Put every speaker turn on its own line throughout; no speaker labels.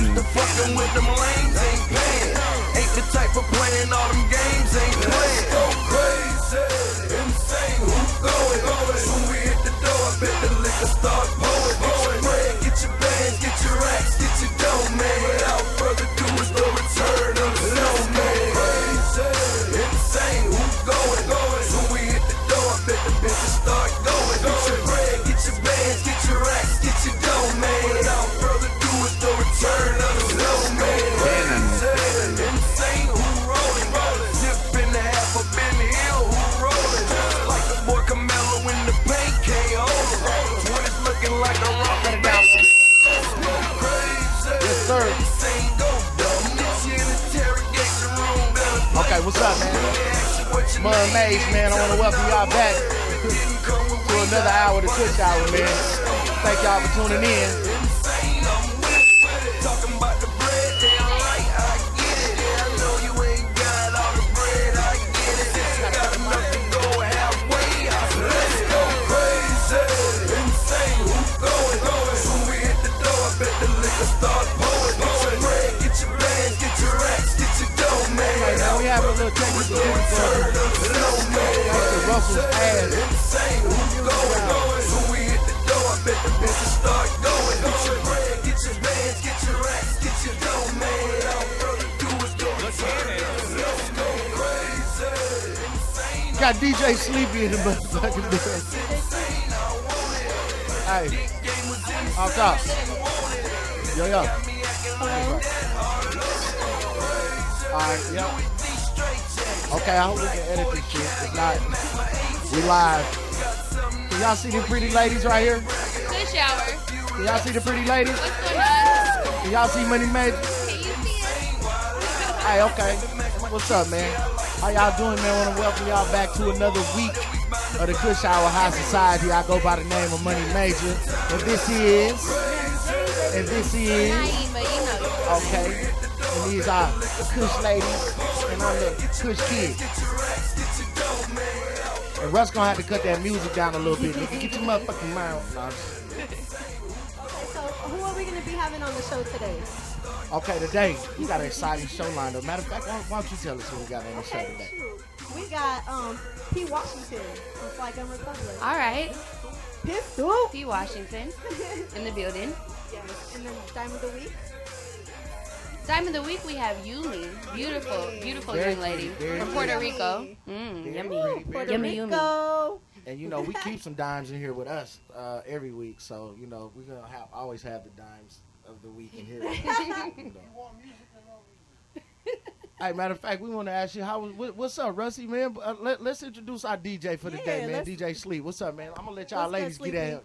Fucking with them lanes ain't paying. Ain't the type of playing all them games ain't playing. Go crazy, insane. Who going? When we hit the door, I bet the liquor start pouring. Spread, get your bands, get your racks, get your dough, man. Without further ado, it's the return of the snowman. Crazy, insane. Who going? When we hit the door, I bet the bitches start going. Get your bread, get your bands, get your racks, get your dough, man. Without further ado, it's the return of the snowman. Crazy, insane. Who rolling? Zip in the half up in the hill. Who rolling? Like the boy Camelo in the paint, can't hold him. When it's looking like a rocket bounce. Yes,
sir.
Insane, go dumb. This shit interrogation room.
Okay, what's up, man? Mud Maze, man. I want to welcome y'all back to another hour of the Kush Hour, man. Thank y'all for tuning in. Right now, we have a little technical difficulty. Mr. Russell's ass. Got DJ Sleepy in the motherfucking bed. Hey, off top. Yo, yo. Alright, yo. Okay, I hope we can edit this shit. If not, we live. Can y'all see the pretty ladies right here?
Good shower.
Can y'all see the pretty ladies?
What's going on?
Can y'all see Money Magic?
Can you see it?
Hey, okay. What's up, man? How y'all doing, man? want to welcome y'all back to another week of the Kush Hour High Society. I go by the name of Money Major. And this is. And this is.
Naima, you know.
Okay. And these are Kush ladies. And I'm the Kush kid. And Russ gonna have to cut that music down a little bit. Nigga, get your motherfucking mouth. No, I'm just-
Okay, so who are we going to be having on the show today?
Okay, today we got an exciting show lined up. Matter of fact, why, why don't you tell us who we got on the show
Okay,
today?
shoot. We got um P. Washington from Flygun Republic.
All right.
Pissed off.
P. Washington in the building.
Yes. And then Dime of the Week.
Diamond of the week, we have Yumi. Beautiful, beautiful
Very
young lady
cute, very
from Puerto
cute.
Rico.
Yummy.
Mm,
Very
yummy.
pretty,
Ooh, Puerto
very
Yummy,
Rico.
yummy.
And you know, we keep some dimes in here with us uh, every week, so you know we're gonna have always have the dimes of the week in here. You know. Hey, matter of fact, we want to ask you how was what, what's up, Rusty man? Uh, let, let's introduce our DJ for the
Yeah,
day, man.
let's-
DJ Sleep, what's up, man? I'm gonna let y'all
What's good,
ladies get
Sleepy?
at him.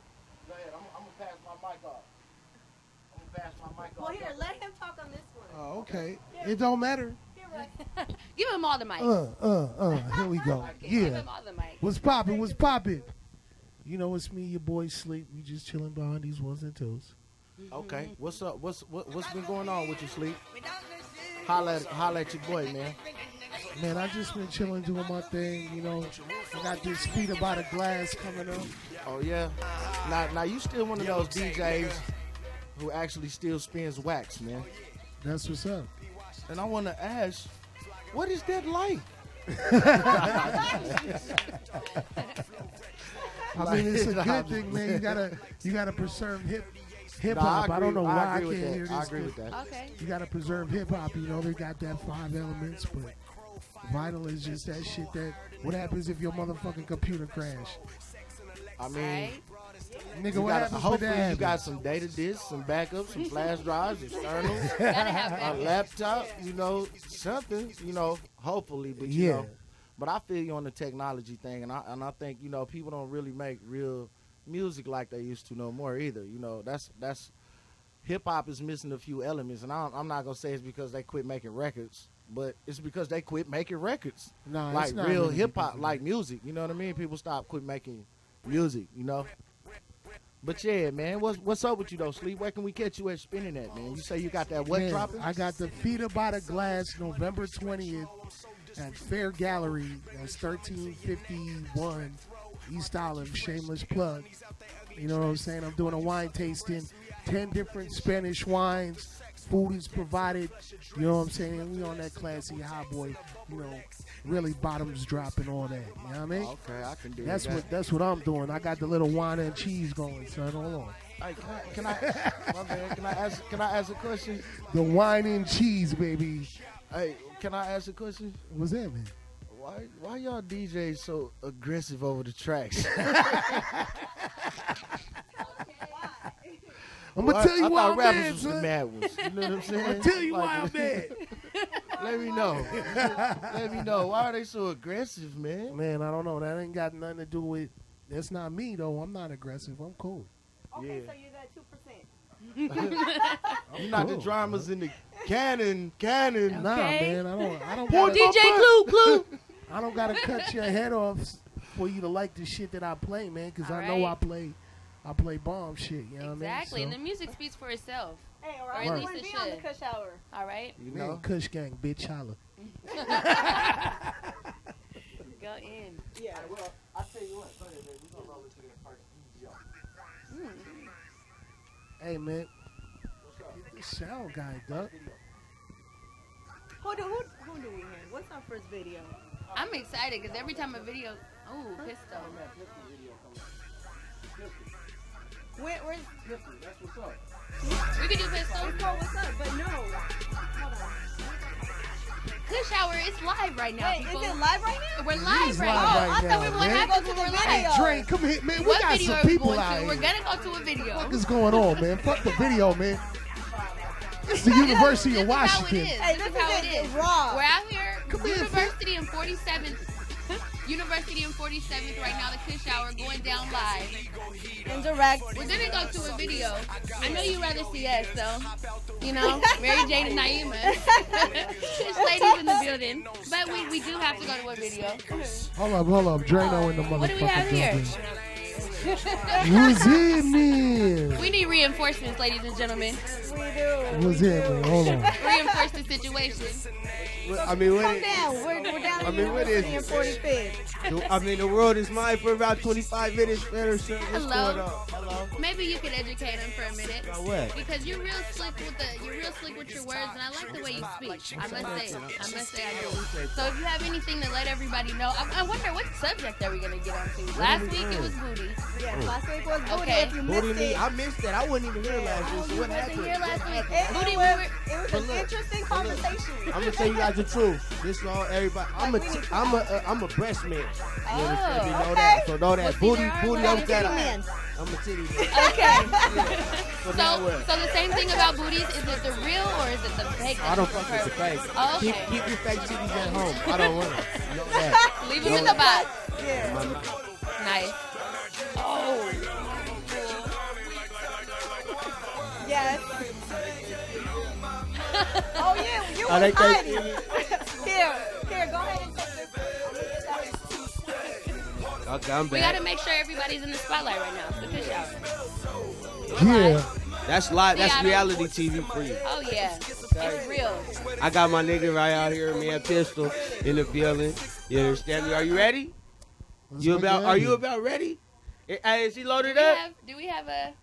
Go ahead, I'm, I'm gonna pass my mic off. I'm gonna pass my mic off.
Well, here, let him talk on this one.
Oh, okay. It don't matter.
Here, Russ.
Give him all the mic.
Uh, uh, uh. Here we go.
Okay, Give
Yeah.
him all the mic.
What's poppin'? What's poppin'? You know, it's me, your boy Sleep. We just chilling behind these ones and twos.
Okay, what's up? What's what, what's been going on with you, Sleep? Holla, at- holla at your boy, man.
Man, I just been chilling, doing my thing. You know, I got this feet by the glass coming up.
Oh yeah. Now, now you still one of those DJs who actually still spins wax, man.
That's what's up.
And I want to ask, what is that like?
I mean, it's a
Like,
good thing, man. You gotta, you gotta preserve hip, hip
Nah,
hop. I, don't know
agree-
why I,
agree
can't
with that.
hear this.
I agree
good.
with that.
Okay.
You gotta preserve hip hop. You know, they got that five elements, but vinyl is just that shit. That what happens if your motherfucking computer crash?
I
All
mean,
right.
Nigga,
you
what
got,
happens when
hopefully
that
you
happens?
got some data disks, some backups, some flash drives, externals,
Gotta have
a
that.
laptop, you know, something, you know, hopefully, but you
Yeah.
know. But I feel you on the technology thing, and I and I think you know people don't really make real music like they used to no more either. You know, that's that's hip hop is missing a few elements, and I don't, I'm not gonna say it's because they quit making records, but it's because they quit making records,
Nah, it's
like
not
real
really
hip hop,
because of
like music. You know what I mean? People stop quit making music, you know. But yeah, man, what's what's up with you though, Sleep? Where can we catch you at spinning at, man? You say you got that what
Man,
dropping?
I got the Feeder by the Glass November 20th at Fair Gallery. That's 1351 East Olive. Shameless plug. You know what I'm saying? I'm doing a wine tasting, 10 different Spanish wines Food is provided. You know what I'm saying? We on that classy high boy, you know, really bottoms dropping all that. You know what I mean?
Okay, I can do
That's
that.
what that's what I'm doing. I got the little wine and cheese going, son. Hold on.
Hey, can I? Can I, my bad, can I ask? Can I ask a question?
The wine and cheese, baby.
Hey, can I ask a question?
What's that, man?
Why why y'all DJs so aggressive over the tracks?
I'm gonna
Why-
tell
I
you why
thought
I'm
rappers
mad,
was
son.
the mad ones. You know what I'm saying?
I'm gonna tell you why I'm
Like,
mad.
Let me know. Let me know. Why are they so aggressive, man?
Man, I don't know. That ain't got nothing to do with. That's not me though. I'm not aggressive. I'm cool.
Okay,
Yeah.
so you're that two percent.
You not the
cool,
dramas in the cannon, cannon.
Nah,
Okay.
man. I don't. I don't.
Poor
gotta,
DJ Clue, Clue.
I don't gotta cut your head off s- for you to like the shit that I play, man. Because I know I
Alright.
play. I play bomb shit. You know what
exactly,
I
and the
mean?
music speaks for itself.
Hey, or,
Or
I
at
wouldn't
least
it
be on the
should.
cush hour.
All right,
You
So, man,
know,
Kush Gang, bitch, holla.
go in.
Yeah. Hmm.
Hey, man. Get this sound guy, duck.
Who do who, who do we have? What's our first video?
I'm excited because every time a video, ooh, pistol.
Where, where's
We could do pistol.
it's called What's Up? But no. Hold on.
Kush Hour is live right now,
Wait,
people.
is it live right now?
We're
It
live
is live
right now. Oh,
right
I thought we
now,
were
man.
happy because
Go
we're
to the
live.
video.
Drake, come hit, man. We
what
got
video
some
are we
people
going
out
to?
here.
We're gonna go to a video.
What is going on, man? Fuck the video, man. It's the University
This
of
is how it
Washington.
is.
Hey,
This is
this
how
is
it
it.
is.
Raw.
We're out here,
Come here,
University and 47th. University and 47th right now, the Kush Hour going down live.
Indirect.
We're gonna go to a video. I know you'd rather see us, though. You know, Mary Jane and Naima. Kush ladies in the building. But we, we do have to go to a video.
Hold up, hold up. Drano in the motherfucking
What do we have here?
building. Who's in there?
We need reinforcements, ladies and gentlemen.
We do.
What's
we do.
in there? Hold on.
Reinforce the situation.
I mean,
Come
what
down. We're, we're down in
mean, what is
University and 45th.
it, I mean, the world is mine for about 25 minutes. Better, sir. What's
Hello?
going on? Hello.
Maybe you could educate them for a minute.
About what?
Because you're real slick with the you're real slick with your words, and I like the way you speak. I must say, I must say, I do. So if you have anything to let everybody know, I, I wonder what subject are we gonna get onto? Last week it was booty.
Yeah, last week was booty.
Okay.
If you missed
Booty me.
it.
I missed that. I wasn't even here last
Oh,
week. So
you
what
wasn't
happened?
here last week.
It,
Booty, we
was,
were-
it was
But
an
look,
interesting
but look.
conversation.
I'm gonna tell you guys the truth. This is all everybody. I'm a
Like, we need-
I'm a uh, I'm a breast man. You understand me?
Oh,
Know
okay.
that. So know
Well,
that
see,
booty
there are
booty.
a lot
I'm
of
that.
titty men.
I'm a titty man.
Okay.
So now
So,
what?
so the same thing about booties. Is it the real or is it the fake?
I don't fuck with the fake.
Oh, okay.
Keep, keep your fake titties at home. I don't want them. You know that.
Leave them in the box.
Yeah.
Nice. Oh,
Yes. oh yeah, you
I
were
like that.
hiding. here, here, go ahead and take this. I'm gonna get that.
Okay, I'm
we
back.
gotta make sure everybody's in the spotlight right now. The fish out.
Yeah.
That's live.
See, I
That's
don't-
reality TV for you.
Oh yeah, it's real.
I got my nigga right out here, man. Pistol in the building. You understand me? Are you ready?
Let's
You
make
about?
it
Are you
happen.
about ready? Eh, Hey, is he
Do
loaded
we
up?
have, do we have a,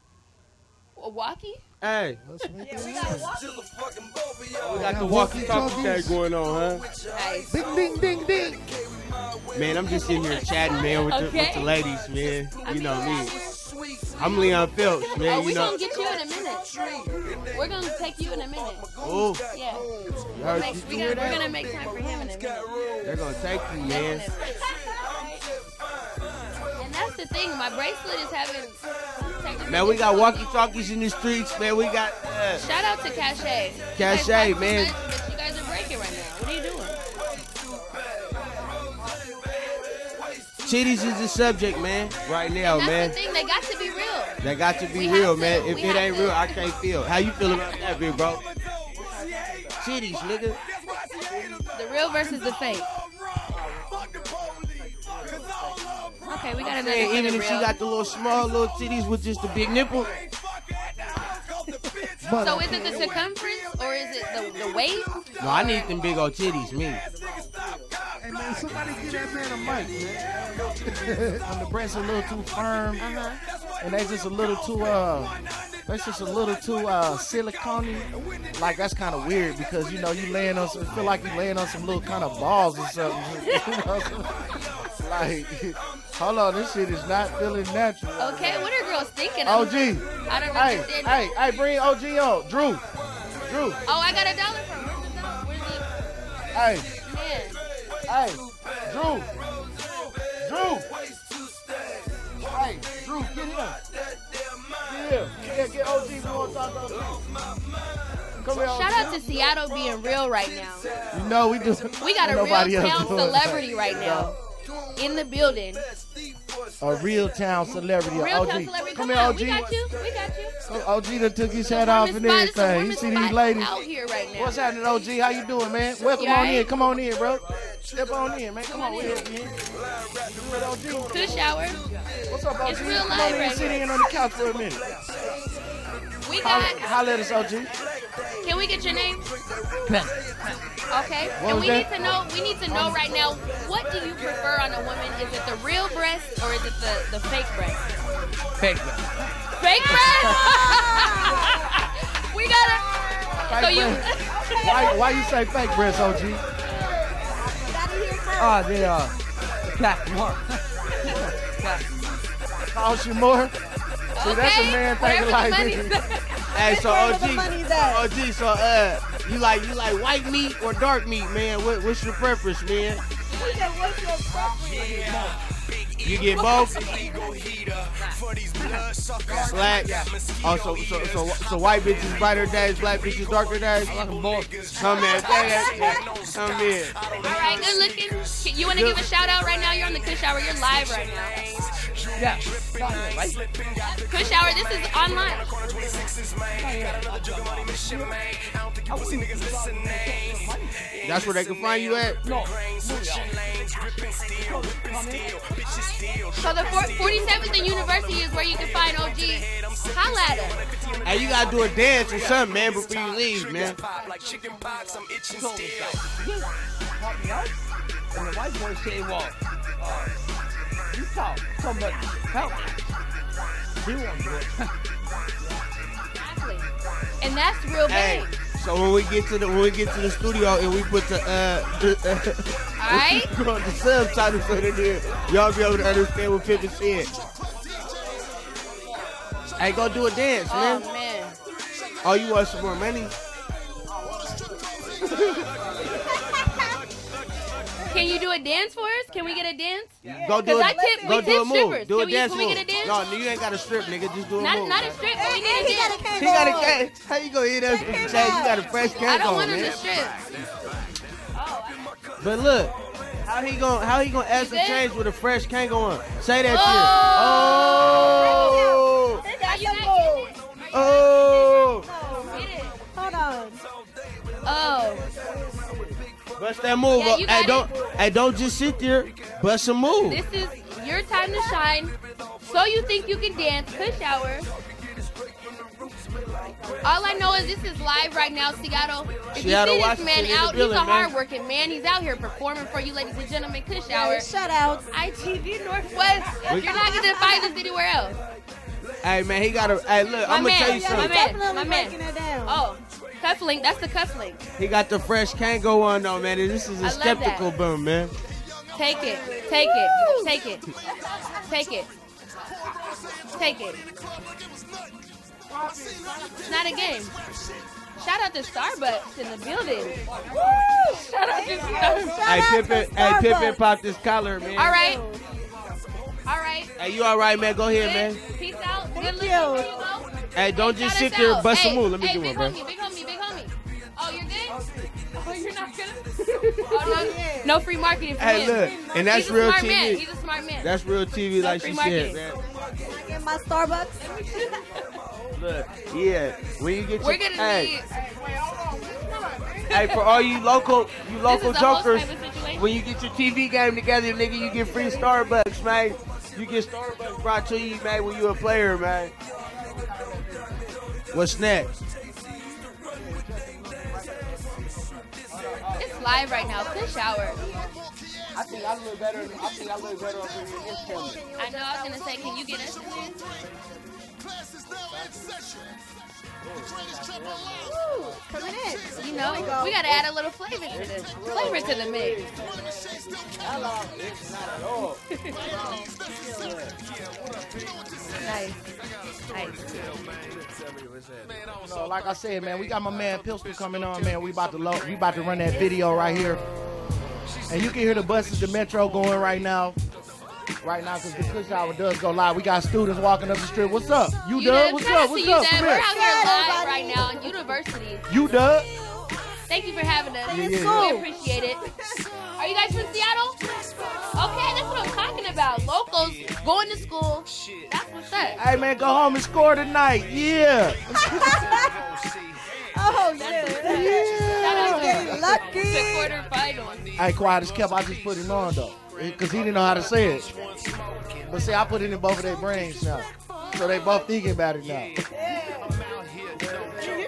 a walkie?
Hey,
Let's make
Yeah,
it
we
happen.
gotta watch.
we got
Yeah, walkie-talkies.
the walkie-talkie tag going on, huh?
Nice.
Ding, ding, ding, ding.
Man, I'm just sitting here chatting, man, with, the, with
Okay.
the ladies, man.
I
You
mean,
know
we're
me.
out here.
I'm Leon Phelps,
Oh,
man.
we
You know.
gonna get you in a minute. We're gonna take you in a minute.
Oh,
Yeah.
you heard
Make-
you
we
do
gonna, we're
it out?
gonna make time for him in a minute.
They're gonna take you, man.
And that's the thing, my bracelet is having. technical
Man, we got
difficulties.
walkie-talkies in the streets, man. We got. Uh,
Shout out to Cache.
Cache, man.
But you guys are breaking right now. What are you doing?
titties is the subject, man. Right now,
That's
man.
the thing. They got to be real.
That got to be
We have
real,
to.
man. If
We
it
have
ain't
to.
real, I can't feel. How you feel about that, big bro? Titties, nigga.
The real versus the fake. Okay, we got another.
Man, even
for
if
the
she
real.
got the little small little titties with just the big nipple,
So is it the circumference or is it the, the weight?
no, I need them big old titties, me.
Hey, man, somebody get that man a mic, man.
when the breasts a little too firm
Uh huh.
and they just a little too uh that's just a little too uh, silicone Like that's kind of weird because you know you laying on some, feel like you laying on some little kind of balls or something. You know? like, hold on, this shit is not feeling natural.
Okay, what are girls thinking? I'm-
OG, hey,
I don't understand.
hey, hey, bring OG on, Drew, Drew,
Oh, I got a dollar from. Where's the dollar? Where's
hey,
the man?
hey, Drew, Drew. Hey, Drew, get him. Get him. Yeah, get OG. We want to talk about OG. Come here, OG.
Shout out to Seattle being real right now.
You know we do.
We got a
Nobody
real
else
town
doing that.
celebrity right now in the building.
A real town celebrity.
Real
OG.
town celebrity.
Come
Come
here,
on,
OG.
we got you. We got you.
OG done took his hat off and
Warmest spot-
everything. You
it's the
see these
warmest
ladies?
spot out here right now.
What's happening, OG? How you doing, man? Welcome
You
on
alright?
in. Come on in, bro. Step on in, man. Come on
on
in.
in.
man. What up, OG?
To the shower.
What's up, OG?
It's real
Come
life
on in.
right
Sit
here.
in on the couch for a minute.
We
Holla
got.
holla at us, OG.
Can we get your name? Okay.
What
and
was
we
that?
need to know. We need to know right now. What do you prefer on a woman? Is it the real breast or is it the the fake breast?
Fake breath.
Fake breast. we gotta. So
Fake
you.
Why, why you say fake breasts, OG?
Ah, they are. Black mark. Black.
Cost you more? See, that's a
okay,
man
wherever
thinking
the
like
money's
this.
at.
Hey, so
Wherever
OG,
the money's at.
OG, so uh, you like you like white meat or dark meat, man? What, what's your preference, man?
He said, what's your preference?
You get both. Black. Oh, so, so, so, so white bitches brighter days, black bitches darker days.
I like them both.
Come in, come in.
All right, good looking. Can- You want to give a shout out right now? You're on the Kush Hour. You're live right now.
Yeah. Right?
Kush Hour. This is online.
That's where they can find you at.
No.
So the four- 47th and University is where you can find OG. Holla at her.
Hey, you gotta do a dance or something, man, before you leave, man.
Help me out. And the white boy say, well, uh, you talk. Somebody help me. He won't do it.
Exactly. And that's real
Hey,
bang.
so when we get to the when we get to the studio and we put the uh, the, uh
All right?
Bro, the subtitles under there. Y'all be able to understand what Pippin said. Hey, go do a dance,
Oh,
man.
man.
Oh, you want some more money?
Can you do a dance for us? Can we get a dance?
Go do
'Cause
a,
I tip-
go
we
do
tip
a move.
strippers.
Do a
Can we-
dance
can we
move.
get a dance?
No, you ain't got to strip, nigga. Just do a
Not,
move.
not a strip, but we need a
He got a
dance.
cake
She got
on.
a cake. How you gonna eat us from Jay? You got a fresh cake
I don't
on,
want him
man.
to strip.
But look, how he gonna how he gonna ask to
You good?
change with a fresh cake on? Say that
Oh!
shit.
He got some more.
Oh, oh.
Get it.
Hold on.
Oh,
Bust that move.
Yeah,
up.
you
hey,
got
don't hey, don't just sit there. Bust a move.
this is your time to shine. So you think you can dance, push hour. All I know is this is live right now, Seattle. If
Seattle,
you see this
Washington
man
is
out, he's
building,
a
man.
hard-working man. He's out here performing for you, ladies and gentlemen. Kush Hour,
Shout out.
ITV Northwest.
We-
You're not gonna find this anywhere else.
Hey man, he got a. Hey, look, I'm gonna
man,
tell you
yeah,
something.
my man,
Definitely
my man.
breaking it down.
Oh, cufflink. That's the cufflink.
He got the fresh Kango on though, man. And this is a
I love that.
skeptical bum, man.
Take it, take it, take it, take it, take it. It's not a game. Shout out to Starbucks in the building. Woo! Shout out to Starbucks.
Shout out
hey
to
Pippin, hey Pippin,
Starbucks.
pop this collar, man.
All right, all right.
Hey, you all right, man? Go ahead, man.
Peace out. Good
Thank
looking
you.
to you, though.
Hey, don't just
Shout
sit
us
there and
out.
bust
hey,
a move. Let me
hey,
do
big
it, bro.
Homie, big homie, big homie. Oh, you're good? Oh, you're not good? Oh,
Yeah.
no, no free marketing for
Hey,
him.
look, and that's
He's a
real
smart man.
TV.
He's a smart man.
That's real TV, like she
free marketing.
said, man.
Can I get my Starbucks?
Look, yeah. When you get
We're
your
gonna
hey,
need.
hey, for all you local, you local
this is the host
jokers,
type of situation.
when you get your TV game together, nigga, you get free Starbucks, man. You get Starbucks brought to you, man, when you a player, man. What's next?
It's live right now. Push hour.
I think I look better. I think I look better over here in this camera.
I know. I was gonna say, can you get us? in there?
class is now in session. The greatest trap alive.
Ooh, coming in.
You know, we gotta add a little flavor to this. Flavor to the mix.
Money machines don't count.
Hello, it's not at
Oh,
all.
It's necessary. You know what this is.
Nice. Nice.
So like I said, man, we got my man Pistol coming on, man. We about to lo- we about to run that video right here, and you can hear the buses, the metro going right now, right now, cause the push hour does go live. We got students walking up the street. What's up? You,
You
dub?
done?
What's
Shout out
up?
to
What's
you,
up?
Dad.
Come
We're
here.
out here live
everybody.
right now in universities.
You dub?
Thank you for having us.
Yeah,
yeah.
We appreciate it. Are you guys from Seattle? Okay, that's what I'm talking about. Locals going to school. That's what's up.
Hey man, go home and score tonight. Yeah,
Oh, yeah.
Shout out
Getting
to the
lucky.
quarterfinals.
Hey, quiet as kept. I just put it on though, cause he didn't know how to say it. But see, I put it in both of their brains now, so they both thinking about it now.
You're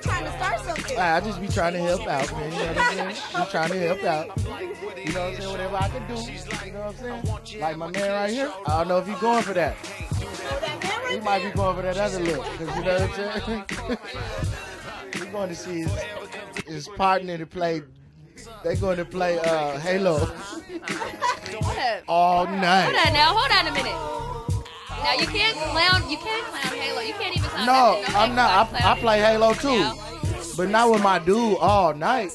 trying to start something.
I I just be trying to help out, man. You know what I'm saying? Just trying to help out. You know what I'm saying? Whatever I can do. You know what I'm saying? Like my man right here. I don't know if he's going for that. He might be going for that other look. 'cause you know what I'm saying? We're going to see his, his partner to play. They're going to play uh, Halo
Hold up.
all
Hold
night.
on now. Hold on a minute. Now you can't clown. You can't clown Halo. You can't even clown.
No,
nothing.
I'm not. I, I play Halo too. But not with my dude all night.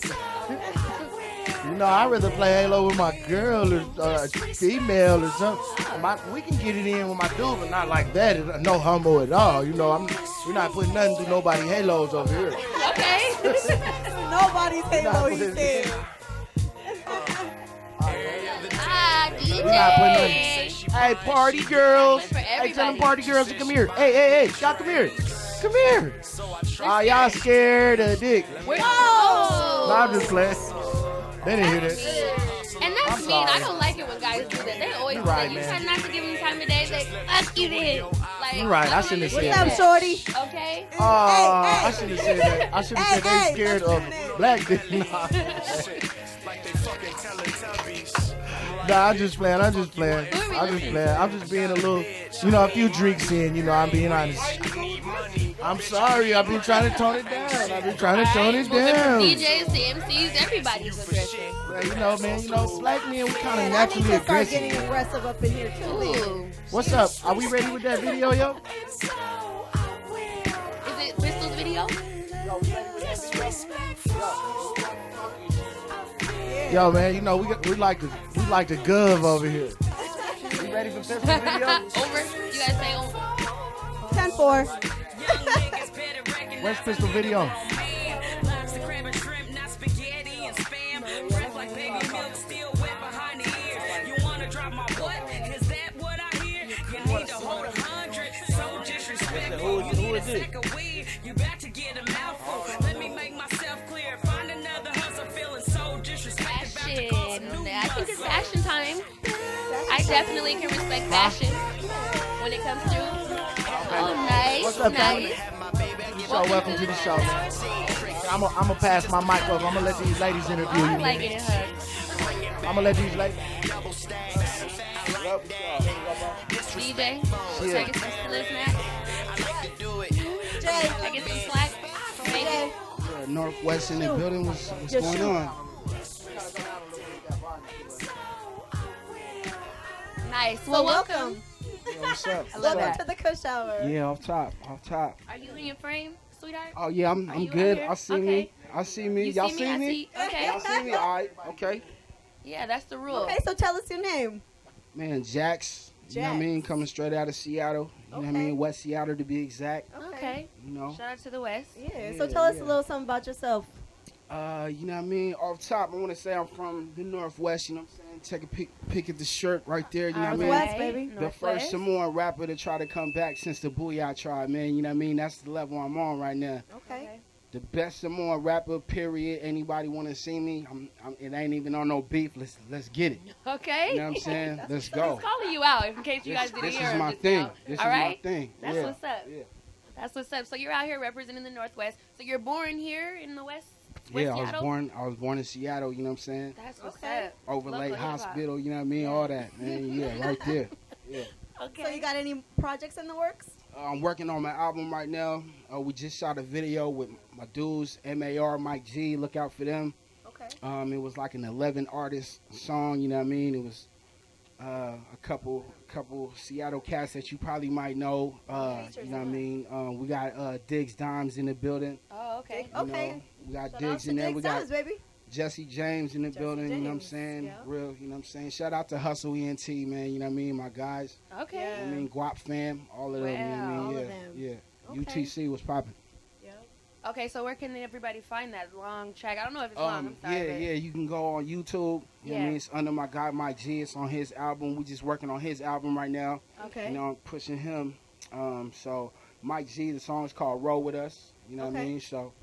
You know, I'd rather play Halo with my girl or uh, female or something. My, we can get it in with my dude, but not like that. It- No humble at all. You know, I'm we're not putting nothing to nobody Halos over here.
Okay.
Nobody say what he said.
ah, DJ.
We're not putting nothing. Hey, party girls.
Play for
Hey, tell them
everybody.
party girls to come here. Hey, hey, hey, y'all come here. Come here. Ah, y'all scared of dick.
We're-
No,
oh.
I'm just playing. They didn't hear that.
And that's
I'm
mean. I
sorry.
don't like it when guys do that. They always
You're
say
right,
you
man.
try not to give them time of day. They fuck you then. Like
You're right. I
I'm
shouldn't have
not
said
gonna
What's
that.
up,
do
shorty?
Okay.
Oh, I should have said that. I should have
Hey, hey,
said they scared
that's
of
my name.
black dick. Nah. Nah, I'm just playing. I'm just playing.
Who are we
I'm just
looking
playing. I'm just being a little, you know, a few drinks in. You know, I'm being honest. I'm sorry. I've been trying to tone it down. I've been trying to
All right,
tone it
moving
down.
From DJs to MCs, everybody's aggressive.
Well, You know, man. You know, black men we kind of
And I need
naturally
to start getting
aggressive.
aggressive up in here, too.
Ooh.
What's up? Are we ready with that video, yo?
Is it Crystal's video?
Yo, man. You know, we got- we like to we like to gov over here. You ready for this video?
over. You guys say over.
10 4.
Where's Pistol Video?
Who is, who is this?
You about to get a mouthful. Let me make myself clear. Find another hustle feeling so disrespected.
Fashion. I think it's fashion time. I definitely can respect fashion when it comes to. Oh, nice.
What's up,
nice.
So welcome to the show, man. I'm gonna I'm pass my mic over. I'm gonna let these ladies interview
Oh, I
you.
like it in her.
I'm gonna let these ladies.
DJ, should I get some slip snack?
Jay,
Should I get some slack? Maybe.
Northwest in the building. What's, what's
Just
going
shoot.
on?
Nice.
well,
Well, welcome.
welcome.
What's up?
Welcome to the Kush Hour.
Yeah, off top, off top.
Are you in your frame, sweetheart?
Oh yeah, I'm,
Are
I'm
you out
good.
here?
I see
Okay.
me. I see me.
You
Y'all
see me? I see. Okay.
Y'all see me? All right. Okay.
Yeah, that's the rule.
Okay, so tell us your name.
Man, Jax. You know what I
Jax.
mean? Coming straight out of Seattle. You know what I
Okay.
mean? West Seattle to be exact.
Okay.
You know.
Shout out to the West.
Yeah,
Yeah,
so tell us
yeah.
a little something about yourself.
Uh, you know what I mean? Off top, I want to say I'm from the Northwest. You know what I'm saying? Take a pic, pick at the shirt right there. You know what I mean?
Northwest, baby.
The first Samoan rapper to try to come back since the Booyah tribe, man. You know what I mean? That's the level I'm on right now.
Okay.
the best Samoan rapper. Period. Anybody want to see me? I'm, I'm, it ain't even on no beef. Let's let's get it.
Okay.
You know what I'm saying? Let's
Just
go.
calling you out in case you
This,
guys didn't
this
hear.
is
him
my
just
thing.
now.
This
All
is my
right?
thing.
That's
yeah.
what's up.
Yeah.
That's what's up. So you're out here representing the Northwest. So you're born here in the West. West
Yeah, I was
Seattle?
born. I was born in Seattle. You know what I'm saying?
That's what's
Okay.
Overlay
Local hip-hop.
Hospital. You know what I mean? All that, man. Yeah, right there.
up. Okay.
So you got any projects in the works?
Uh, I'm working on my album right now. Uh, we just shot a video with my dudes, MAR, Mike G. Look out for them. Okay. Um, it was like an 11 artist song. You know what I mean? It was uh, a couple couple Seattle cats that you probably might know. Uh, you know what I mean? Um, we got uh, Diggs Dimes in the building.
Oh, okay.
You
Okay.
know, we got
Shout out
Diggs
to
in there. we
Diggs
got
Dimes, baby.
Jesse James in the
Jesse
building. You know what I'm
James,
saying?
yeah.
Real. You know what I'm saying? Shout out to Hustle ENT, man. You know what I mean? My guys.
Okay.
You know what I mean, Guap fam, all of them.
Wow,
you know
all
what I mean?
of them.
yeah,
Okay.
yeah. UTC was popping.
Okay, so where can everybody find that long track? I don't know if it's long.
Um,
I'm sorry.
yeah,
but-
yeah. You can go on YouTube. You know what I
Yeah.
mean? It's under my guy Mike G. It's on his album. We just working on his album right now.
Okay.
You know, I'm pushing him. Um, so Mike G. The song's called "Roll with Us." You know what I
Okay.
mean? So,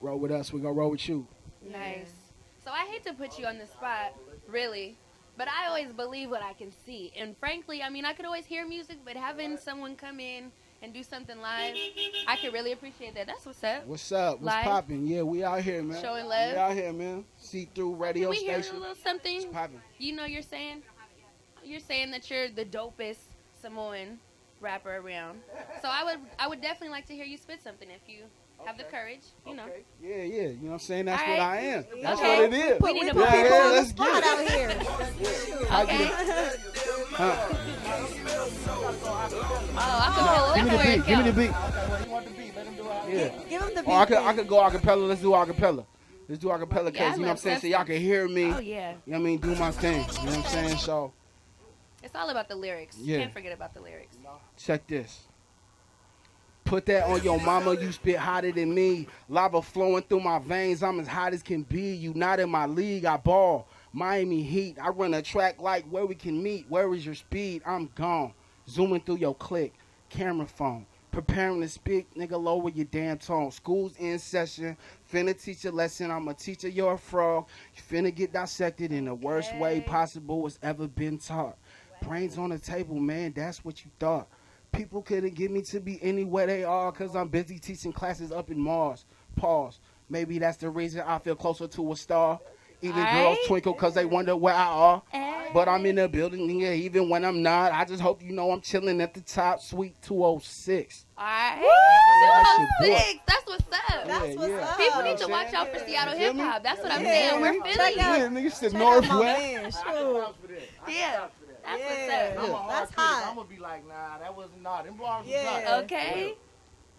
roll with us. We gonna roll with you.
Nice. So I hate to put you on the spot, really, but I always believe what I can see. And frankly, I mean, I could always hear music, but having someone come in and do something live, I could really appreciate that. That's what's up.
What's up? What's
Live.
popping? Yeah, we out here, man.
Showing love.
We out here, man. See through radio
Can we hear a
station.
little something?
It's popping.
You know, you're saying, you're saying that you're the dopest Samoan rapper around. So I would, I would definitely like to hear you spit something if you have the courage. You know.
Yeah, yeah. You know what I'm saying? That's
All
what
right.
I am. That's
Okay.
what it is.
We need to put
yeah,
people
yeah,
on the
let's get
spot
it.
out here.
Oh,
I
Okay.
get it. Huh.
Oh, I
Give
can
me
feel
the
it.
beat. Give me the beat. Yeah.
Give him the beat.
Or I could, I
then.
could go acapella. Let's do acapella. Let's do acapella because
Yeah,
you know
I
what I'm
love
saying. So
that
y'all can hear me.
Oh, yeah.
You know what I mean? Do my thing. You know what I'm saying? So
It's all about the lyrics.
Yeah.
Can't forget about the lyrics.
check this. Put that on your mama. You spit hotter than me. Lava flowing through my veins. I'm as hot as can be. You not in my league. I ball. Miami Heat. I run a track like where we can meet. Where is your speed? I'm gone. Zooming through your click. Camera phone. Preparing to speak, nigga, lower your damn tone. School's in session. Finna teach a lesson. I'm a teacher, you're a frog. You finna get dissected in the worst way possible was ever been taught. Brains on the table, man. That's what you thought. People couldn't get me to be anywhere they are because I'm busy teaching classes up in Mars. Pause. Maybe that's the reason I feel closer to a star. Even girls twinkle because they wonder where I are. But I'm in the building, yeah, even when I'm not. I just hope you know I'm chilling at the top, oh Suite 206.
All right.
That's
oh
your boy.
206. That's what's up.
That's what's up.
People need to watch out for Seattle hip hop. That's what I'm saying. We're feeling
Yeah,
you.
nigga said
Check out my man,
Northwest.
shoot.
Yeah. That's
Yeah.
what's up.
That's
I'm
hot.
gonna be like, nah, that wasn't nah. Them bars
Yeah.
was hot.
Okay.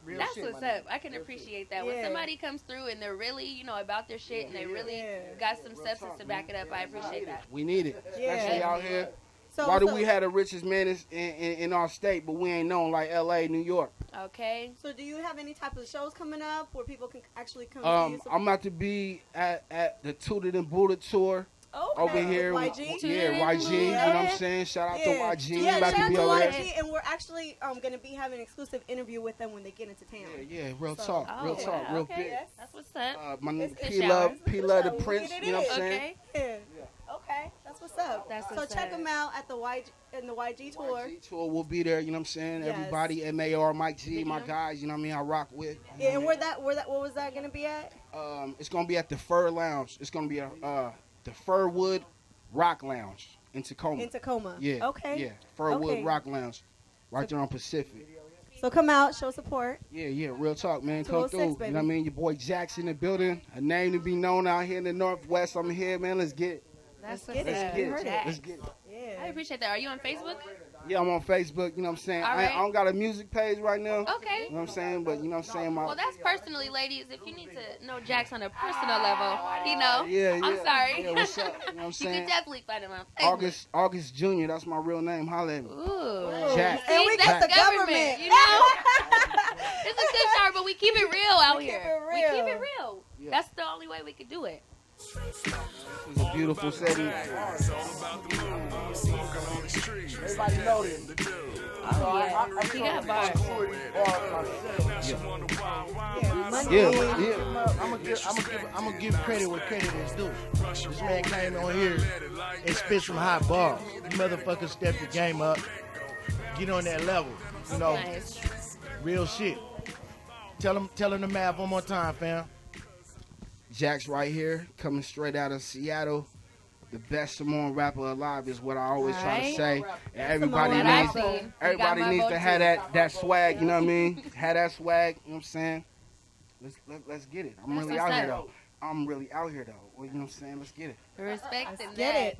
Real
That's
shit,
what's
my nigga.
up. I can appreciate that. When
Yeah.
somebody comes through and they're really, you know, about their shit and they really
Yeah.
got some substance to back it up, I appreciate that.
We need it, especially
Yeah.
out here.
So,
Why do
so-
we have the richest man in, in, in our state, but we ain't known like L.A., New York?
Okay.
So do you have any type of shows coming up where people can actually come?
Um,
to you?
I'm about to be at, at the Tooted and Booted tour
okay.
over here.
YG.
Yeah, YG. You know what I'm saying? Shout out
Yeah.
to YG.
Yeah,
about
shout
to
out
be
to
over there.
YG, and we're actually um, going to be having an exclusive interview with them when they get into town.
Yeah, yeah, real
So-
talk, real
Oh,
talk,
wow.
real
Okay.
big.
Yes.
That's what's up.
Uh, my name
It's
good
P
showers.
Love, P Love the
Look at
Prince.
it
You know what I'm saying?
Okay.
Yeah. Okay, that's what's up.
That's
so
what's
check
up.
them out at the YG in the YG tour.
YG tour will be there. You know what I'm saying?
Yes.
Everybody, MAR, Mike G,
Did
my
you?
guys. You know what I mean? I rock with.
Yeah, and where that where that what was that going to be at?
Um, it's gonna be at the Fur Lounge. It's gonna be a uh, the Furwood Rock Lounge in Tacoma.
In Tacoma.
yeah.
Okay.
Yeah. Furwood
Okay.
Rock Lounge, right there on Pacific.
So come out, show support.
Yeah, yeah, real talk, man. Come
206,
through. You
baby.
know what I mean? Your boy Jackson in the building, a name to be known out here in the Northwest. I'm here, man. Let's get it.
That's
Let's
what's
get it.
up.
Let's get it.
Jack.
Let's get it.
I
Yeah.
appreciate that. Are you on Facebook?
Yeah, I'm on Facebook. You know what I'm saying?
All
I, ain't- I
right.
don't got a music page right now.
Okay.
You know what I'm saying? But you know what I'm saying? My,
Well, that's personally, ladies. If you need to know Jax on a personal level, you know,
yeah, yeah.
I'm sorry.
Yeah, what's up? You know what I'm
you
saying?
can definitely find him on Facebook.
August August Junior. That's my real name. Holla at me.
Ooh.
Jack.
See,
And we
that's
got the government.
You know, it's a good start, but we keep it real out
We keep
here.
it
We keep
real.
it real.
Yeah.
That's the only way we could do it.
This is a beautiful setting.
Everybody know this.
yeah. He got bars.
Yeah, yeah.
I'm gonna give, I'm gonna give, I'm gonna give credit where credit is due. This man came on here and spit some hot bars. You motherfuckers step your game up, get on that level. You know,
Nice.
real shit. Tell him, tell him the map one more time, fam.
Jack's right here, coming straight out of Seattle. The best Samoan rapper alive is what I always try to
Alright.
say. And everybody
Samoan
needs,
rapper. You got
everybody
my
needs
vote
to have
too.
that, that swag. You know what I mean? have that swag. You know what I'm saying? Let's let, let's get it. I'm
That's
really
what's
out here
up.
though. I'm really out here though. Well, you know what I'm saying? Let's get it.
Respect and
get
that.
it.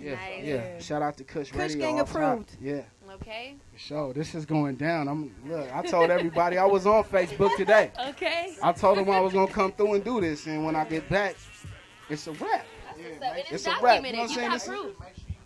Yeah,
Nice.
yeah. Shout out to Kush,
Kush
Radio.
Gang
off top.
approved.
Yeah.
Okay.
For sure. This is going down. I'm look. I told everybody I was on Facebook today.
Okay.
I told them I was gonna come through and do this, and when I get back, it's a wrap.
So it is
It's a rap, you
documented.
know what I'm
You
saying?
got
It's-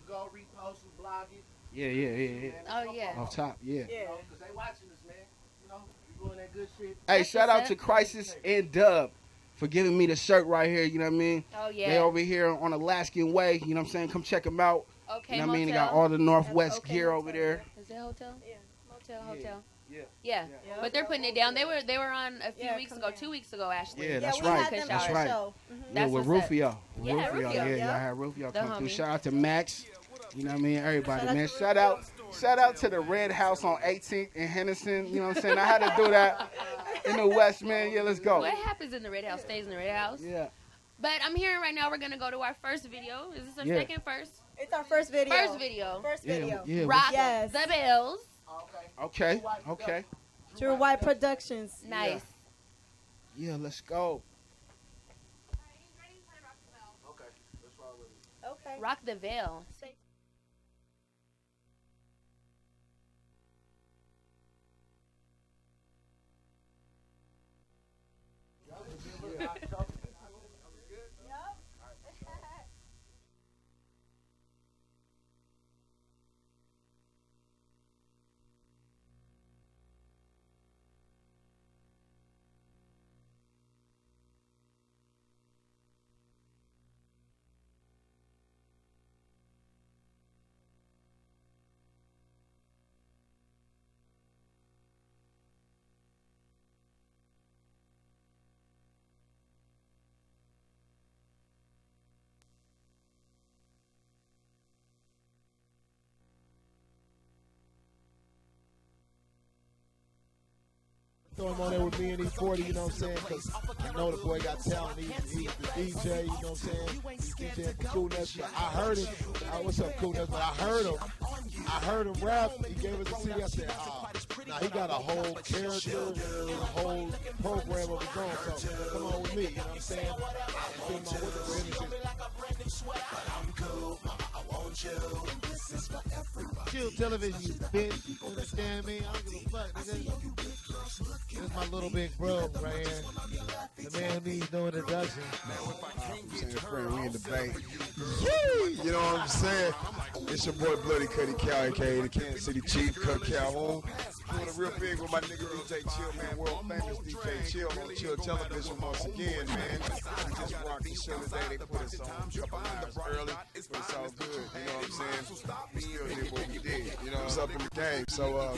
proof.
Yeah, yeah, yeah, yeah.
Oh yeah.
Off top, yeah.
Because they watching us, man. You know, you doing that good shit.
Hey, shout out to Crisis and Dub for giving me the shirt right here. You know what I mean?
Oh
They
yeah.
over here on Alaskan Way. You know what I'm saying? Come check them out.
Okay.
you know what I mean? They got
motel.
all the Northwest
Okay,
gear
motel.
over there.
Is it hotel? Yeah. Motel.
Yeah.
Hotel.
Yeah.
Yeah.
Yeah.
But they're putting it down. They were they were on a few
Yeah,
weeks
come
ago,
down.
two weeks ago, Ashley.
Yeah, that's
we
right.
had them
That's
on the
right.
show. Mm-hmm.
yeah,
Mm-hmm. That's
with
what's up.
Rufio.
Yeah, Rufio.
Yeah,
Yeah.
I had Rufio
The
come through.
homie.
Shout out to Max. You know what I mean? Everybody,
Shout out
man.
to
Shout out, shout out to the Red House on 18th and Henderson. You know what I'm saying? I had to do that in the West, man. Yeah, let's go.
What happens in the red house stays in the red house.
Yeah,
But I'm hearing right now we're gonna go to our first video. Is this our
Yeah.
second first?
It's our first video.
First video.
First
yeah,
video.
yeah.
Rock
Yes.
the bells.
Okay, okay.
Drew White Productions.
Nice.
Yeah, let's go.
Okay.
Rock the veil.
Throw him on there with me and E40, you know what I'm saying? Because I know the boy got talent. He's, he's the DJ, you know what I'm saying? He's DJing for Cool Nuts. But I heard him. Uh, what's up, Cool Nuts? But I heard him. I heard him rap. He gave us a CD. I said, ah. Now he got a whole character, a whole program of his own. So come on with me, you know what I'm saying? And came on with him. And it's just- Chill television, you bitch. You understand me? I don't give a fuck, nigga. This is my little big bro right here. The man needs no introduction.
saying, Fred, we in the bank. Yee! You know what I'm saying? It's your boy Bloody Cuddy Cal, aka the Kansas City Chief, Cut Calhoun. Doing a real big with my nigga DJ Chill, man. World famous DJ Chill on Chill Television once again, man. We just rocked the show today. They put us on a couple hours early, but it's all good. You know what I'm saying? We still did what we did. You know what's up in the game. So uh,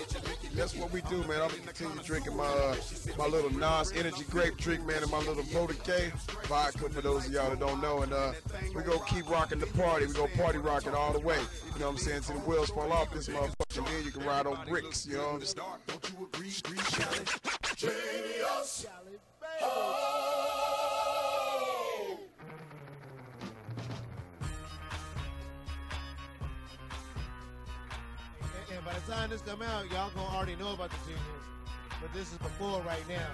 that's what we do, man. I'm gonna continue drinking my uh, my little Nas Energy grape drink, man, and my little Motorcade vodka for those of y'all that don't know. And uh, we gonna keep rocking the party. We gonna party rock it all the way. You know what I'm saying? Till the wheels fall off this motherfucker, and then you can ride on bricks. You know what I'm saying?
And, and by the time this come out, y'all gonna already know about the genius. But this is before right now.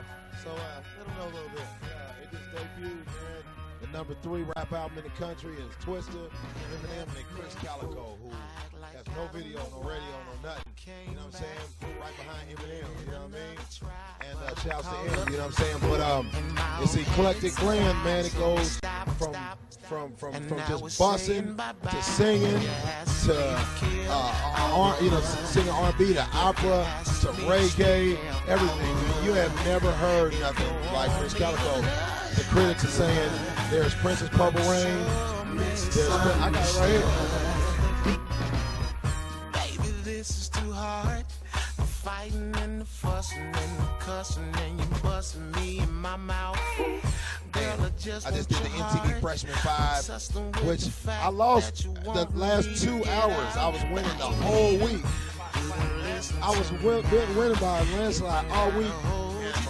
So uh, let them know a little bit. Yeah, it just debuted, man. The number three rap album in the country is Twister, Eminem, and Chris Calico, who has no video, no radio, no nothing. You know what I'm saying? Right behind Eminem, you know what I mean? And uh, shouts to him, you know what I'm saying? But um, it's eclectic blend, man. It goes from from from from just bussing to singing to uh, R, you know singing R&B to opera to reggae, everything. You have never heard nothing like Chris Calico. The critics are saying there's Prince's Purple Rain. There's, I got it right here.
Baby, this is too hard. I'm fighting and the fussing and the cussing and you busting me in my mouth. Girl, I just,
I just did the MTV Freshman Five, which I lost the last two hours. I was winning the whole week. I was win- win- winning by a landslide all week.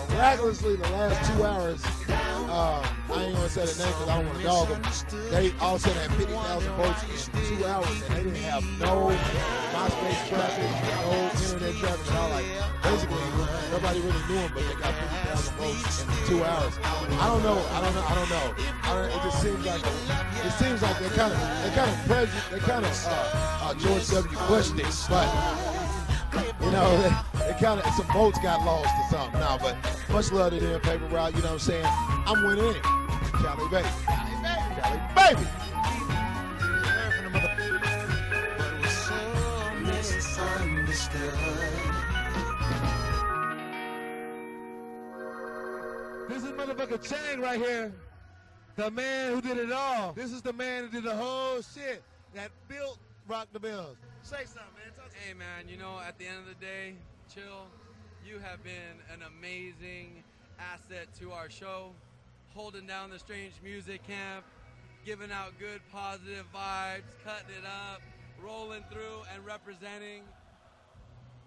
Miraculously, the last two hours,
uh, I ain't gonna say the name because I don't want to dog them. They all said had 50,000 votes in two hours, and they didn't have no MySpace traffic, no internet traffic at all. Like basically, nobody really knew them, but they got 50,000 votes in two hours. I don't know. I don't know. I don't know. I don't, it just seems like it seems like they kind of they kind of president, they kind of uh, uh, George W. Bush did, but you know, they, they kind of some votes got lost or something. Nah, but much love to them, paper route. You know what I'm saying? I'm winning it, Cali baby, Cali baby.
But we're so misunderstood.
This is motherfucker Chang right here. The man who did it all. This is the man who did the whole shit that built Rock the Bills.
Say something, man. hey, man. You know, at the end of the day, chill. You have been an amazing asset to our show, holding down the strange music camp, giving out good positive vibes, cutting it up, rolling through, and representing.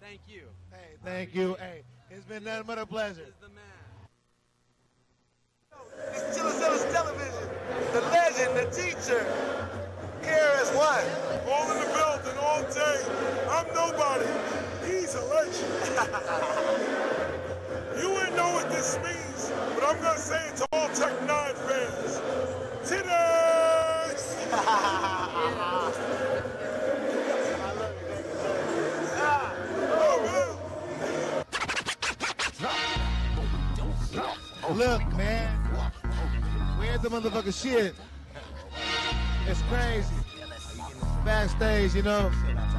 Thank you. Hey,
Thank you. Hey, it's been nothing but a pleasure.
The legend, the teacher. Here is what? All in the building, all day. I'm nobody. He's a legend. you ain't know what this means, but I'm gonna say it to all Tech Nine fans. Titters!
Look, man. Where's the motherfucker shit? It's crazy. Backstage, you know,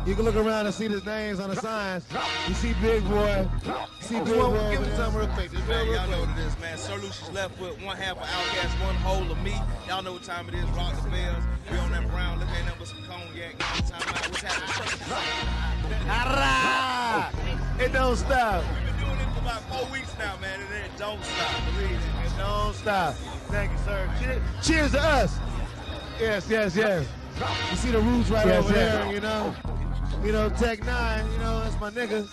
you can look around and see the names on the signs. You see Big Boy. You see Big Boy.
Give me some real quick. Just real,
Man,
real
y'all know
quick.
what it is, man. Sir Lucius left with one half of Outcast, one whole of me. Y'all know what time it is. Rock the bells. We on that brown. Look at that with some cognac. Y'all time out. What's happening?
It don't stop.
We've been doing it for about four weeks now, man, and it don't stop. Believe it.
It don't stop. Thank you, sir. Cheers, cheers to us. Yes, yes, yes. You see the roots right
Yes,
over
yes.
there, you know. You know, Tech Nine, you know, that's my niggas.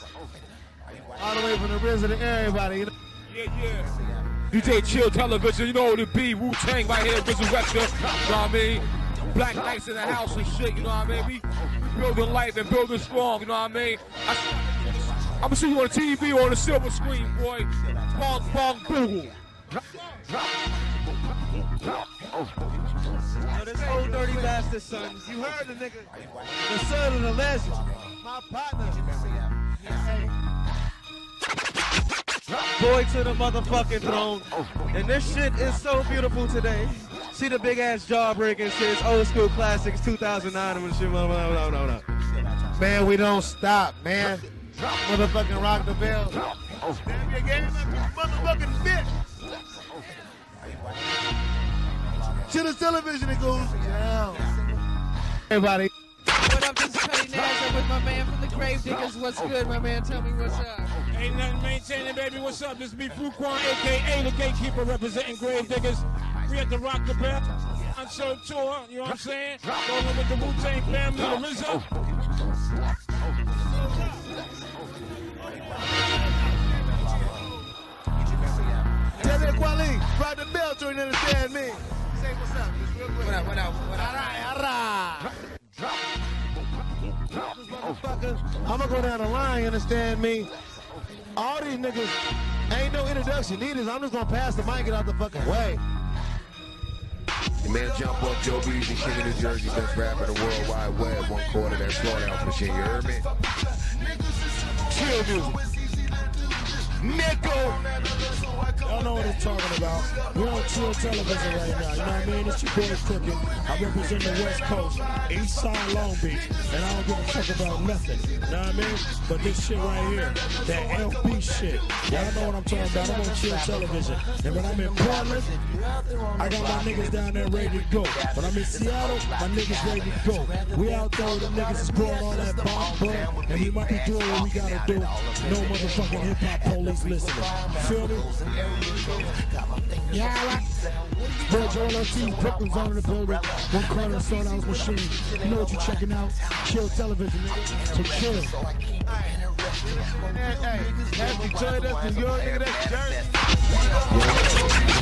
All the way from the RZA to everybody, you know.
Yeah, yeah. DJ Chill Television, you know what it be. Wu Tang right here, Resurrection. You know what I mean? Black Knights in the house and shit, you know what I mean? We building life and building strong, you know what I mean? I, am gonna see you on the TV or on the silver screen, boy. Bong Bong Boogle.
Yo, this old dirty bastard son. You heard the nigga. The son of the legend. My partner. Boy to the motherfucking throne. And this shit is so beautiful today. See the big ass jawbreaking shit. It's old school classics 2009 and shit. Blah, blah, blah, blah, blah.
Man, we don't stop, man. Motherfucking rock the bell.
Damn your game like this motherfucking bitch.
To the television, it goes down. Everybody.
What up, this is Cuddy Nash. I'm with my man from the Grave Diggers. What's good, my man? Tell me what's up.
Ain't nothing maintaining, baby. What's up? This be Fuquan, aka the Gatekeeper, representing Grave Diggers. We at the Rock the Bell on show tour. You know what I'm saying? Rolling with the Wu Tang family, the Rizzo.
Tell that Quali, ride the bell so you understand me. Say what's up. Just real quick. What up, what up, what up? All right, all right.
I'm gonna go down the line, you understand me? All these niggas ain't no introduction needed. I'm just gonna pass the mic and get out the fucking way.
The man jump up, Joe Bees and King of New Jersey, best rapper in the world wide web, one quarter that slaughterhouse machine, you heard me?
Chill music.
Nickel!
Y'all know what I'm talking about. We're on Chill Television right now. You know what I mean? It's your boy Crooked. I represent the West Coast, East Side Long Beach, and I don't give a fuck about nothing. You know what I mean? But this shit right here, that LP shit. Y'all know what I'm talking about. I'm on Chill Television. And when I'm in Portland, I got my niggas down there ready to go. When I'm in Seattle, my niggas ready to go. We out there, the niggas is pouring all that bomb bro, and we might be doing what we gotta do. No motherfucking hip hop police listening. Feel me? Yeah, like. Bro, Joel Ortiz, Brooklyn's on the building. One quarter sold out machine. You know what you checking out? Chill television, nigga. So chill.
Hey, that's Detroit, that's New York, nigga,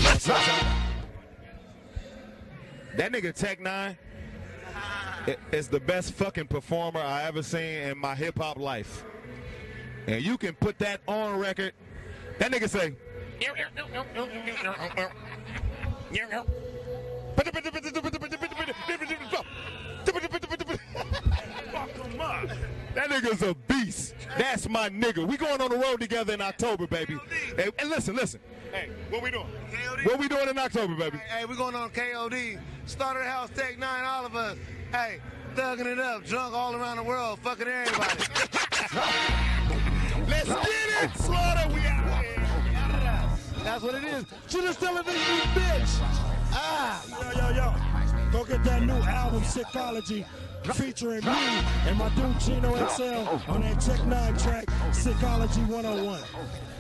that's
That nigga Tech Nine i- is the best fucking performer I ever seen in my hip hop life. And you can put that on record. That nigga say, That nigga's a beast. That's my nigga. We going on the road together in October, baby. Hey, and listen, listen. Hey, what we doing? What we doing in October, baby?
Hey, we going on KOD. Starter House Tech 9, all of us. Hey, thugging it up, drunk all around the world, fucking everybody. Let's get it, Slaughter. We out here. That's what it is. Judas Television, you bitch. Ah.
Yo, yo, yo. Go get that new album, Sickology, featuring me and my dude Chino XL on that Tech 9 track, Sickology 101.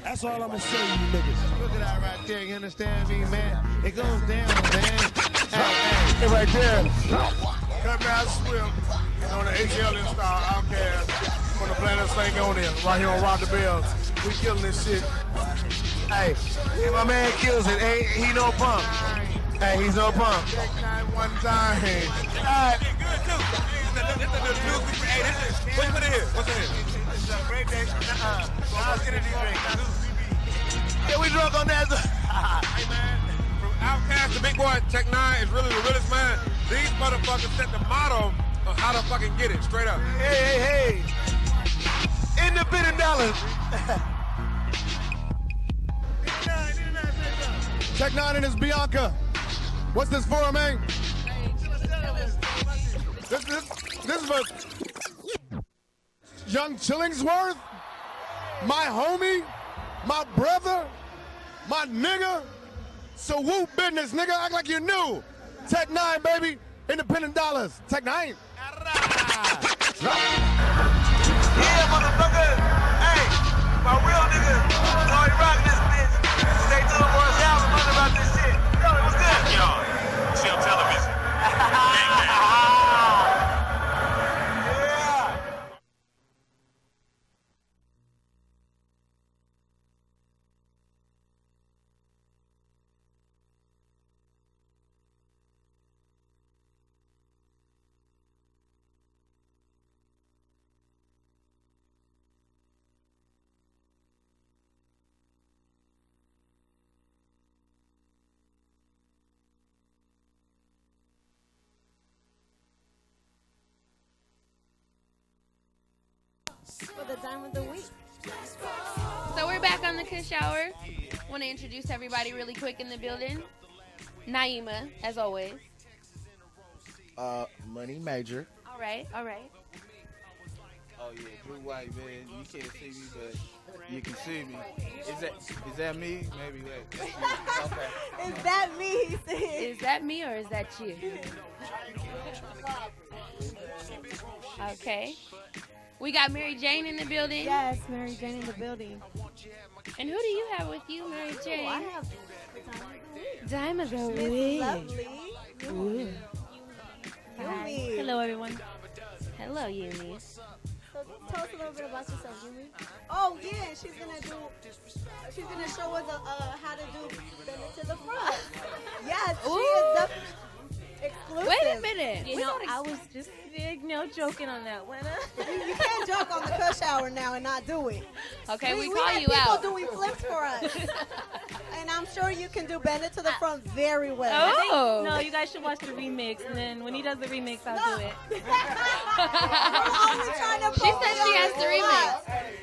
That's all I'm going to say, to you niggas.
Look at that right there. You understand me, man? It goes down, man.
Hey, right there. Cut me out swim. On the HLN style outcast from the planet St. on it, right here on Rock the Bells. We killing this shit.
Hey, if my man kills it, ain't he no punk. Hey, he's no punk.
One time.
What's in here? What's in here? This is a great day. Nuh-uh. God's energy drink. Yeah, we drunk on that. hey, man.
From Outcast to Big Boy, Tech Nine is really the realest man. These motherfuckers set the motto on how to fucking get it, straight up.
Hey, hey, hey. Independent dollars.
Tech Nine and his Bianca. What's this for, man? This, this, this is for Young Chillingsworth, my homie, my brother, my nigga. So woo business, nigga. Act like you knew. Tech Nine, baby. Independent dollars. Tech Nine.
Yeah, motherfucker. Hey, my real nigga. Joey Rock this bitch. Stay tuned for his album. Learn about this shit. Yo, what's good? Yo, chill television.
For the dime of the week.
So we're back on the Kush Hour. Want to introduce everybody really quick in the building. Naima, as always.
Uh, Money Major.
All right, all right.
Oh yeah, blue white man. You can't see me, but you can see me. Is that is that me? Maybe wait. That's me. Okay.
Is that me? Is that me or is that you? Okay. We got Mary Jane in the building.
Yes, Mary Jane in the building.
And who do you have with you, Mary Jane?
Oh, I have
Dime of the
Miss
Week.
Lovely.
Ooh. Hi.
Yumi.
Hello, everyone. Hello, Yumi.
So just tell us a little bit about yourself, Yumi. Oh yeah, she's gonna do. She's gonna show us uh, uh, how to do bend it to the front. yes, she is the exclusive.
Wait a minute.
We
You know,
got
I was just, you know, joking on that one.
You, you can't joke on the cuss hour now and not do it.
Okay, we
we
call
had
you
people
out.
doing flips for us, and I'm sure you can do bend it to the front very well.
I think- no, you guys should watch the remix, and then when he does the remix, I'll do it.
She said she has the remix.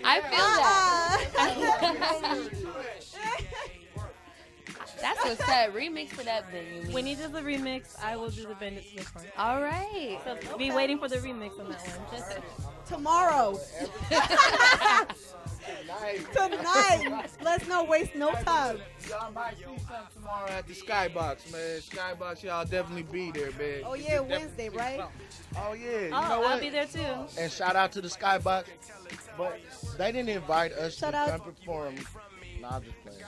I feel that.
Uh-uh.
That's what's up. Remix it up then, Yumi.
When he does the remix, I will do the bend it to the front.
All right.
So be waiting for the remix on that one. Just
Tomorrow. Tonight. Let's not waste no time.
Y'all might see something tomorrow at the Skybox, man. Skybox, y'all definitely be there, man.
Oh
You
yeah,
should definitely
Wednesday,
see
right?
something. Oh yeah.
Oh, I'll be
there too.
And shout out to the Skybox. But they didn't invite us
Shout
to
out-
come perform. Nah, I'm just playing.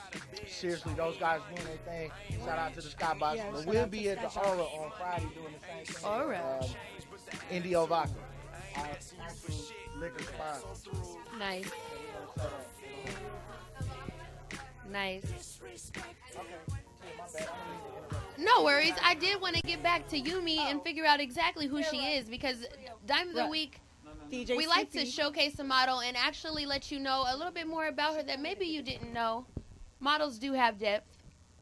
Seriously, those guys doing their thing. Shout out to the Skybox.
Yeah,
but
shout
we'll
out
be
to
at the
Skybox.
Aura on Friday doing the same thing.
Aura.
Um, Indio Vodka. Our actual liquor sponsor.
Nice. Nice. No worries. I did want to get back to Yumi and figure out exactly who she is because Dime of the
Right.
Week,
DJ
we like to
Snoopy.
showcase a model and actually let you know a little bit more about her that maybe you didn't know. Models do have depth.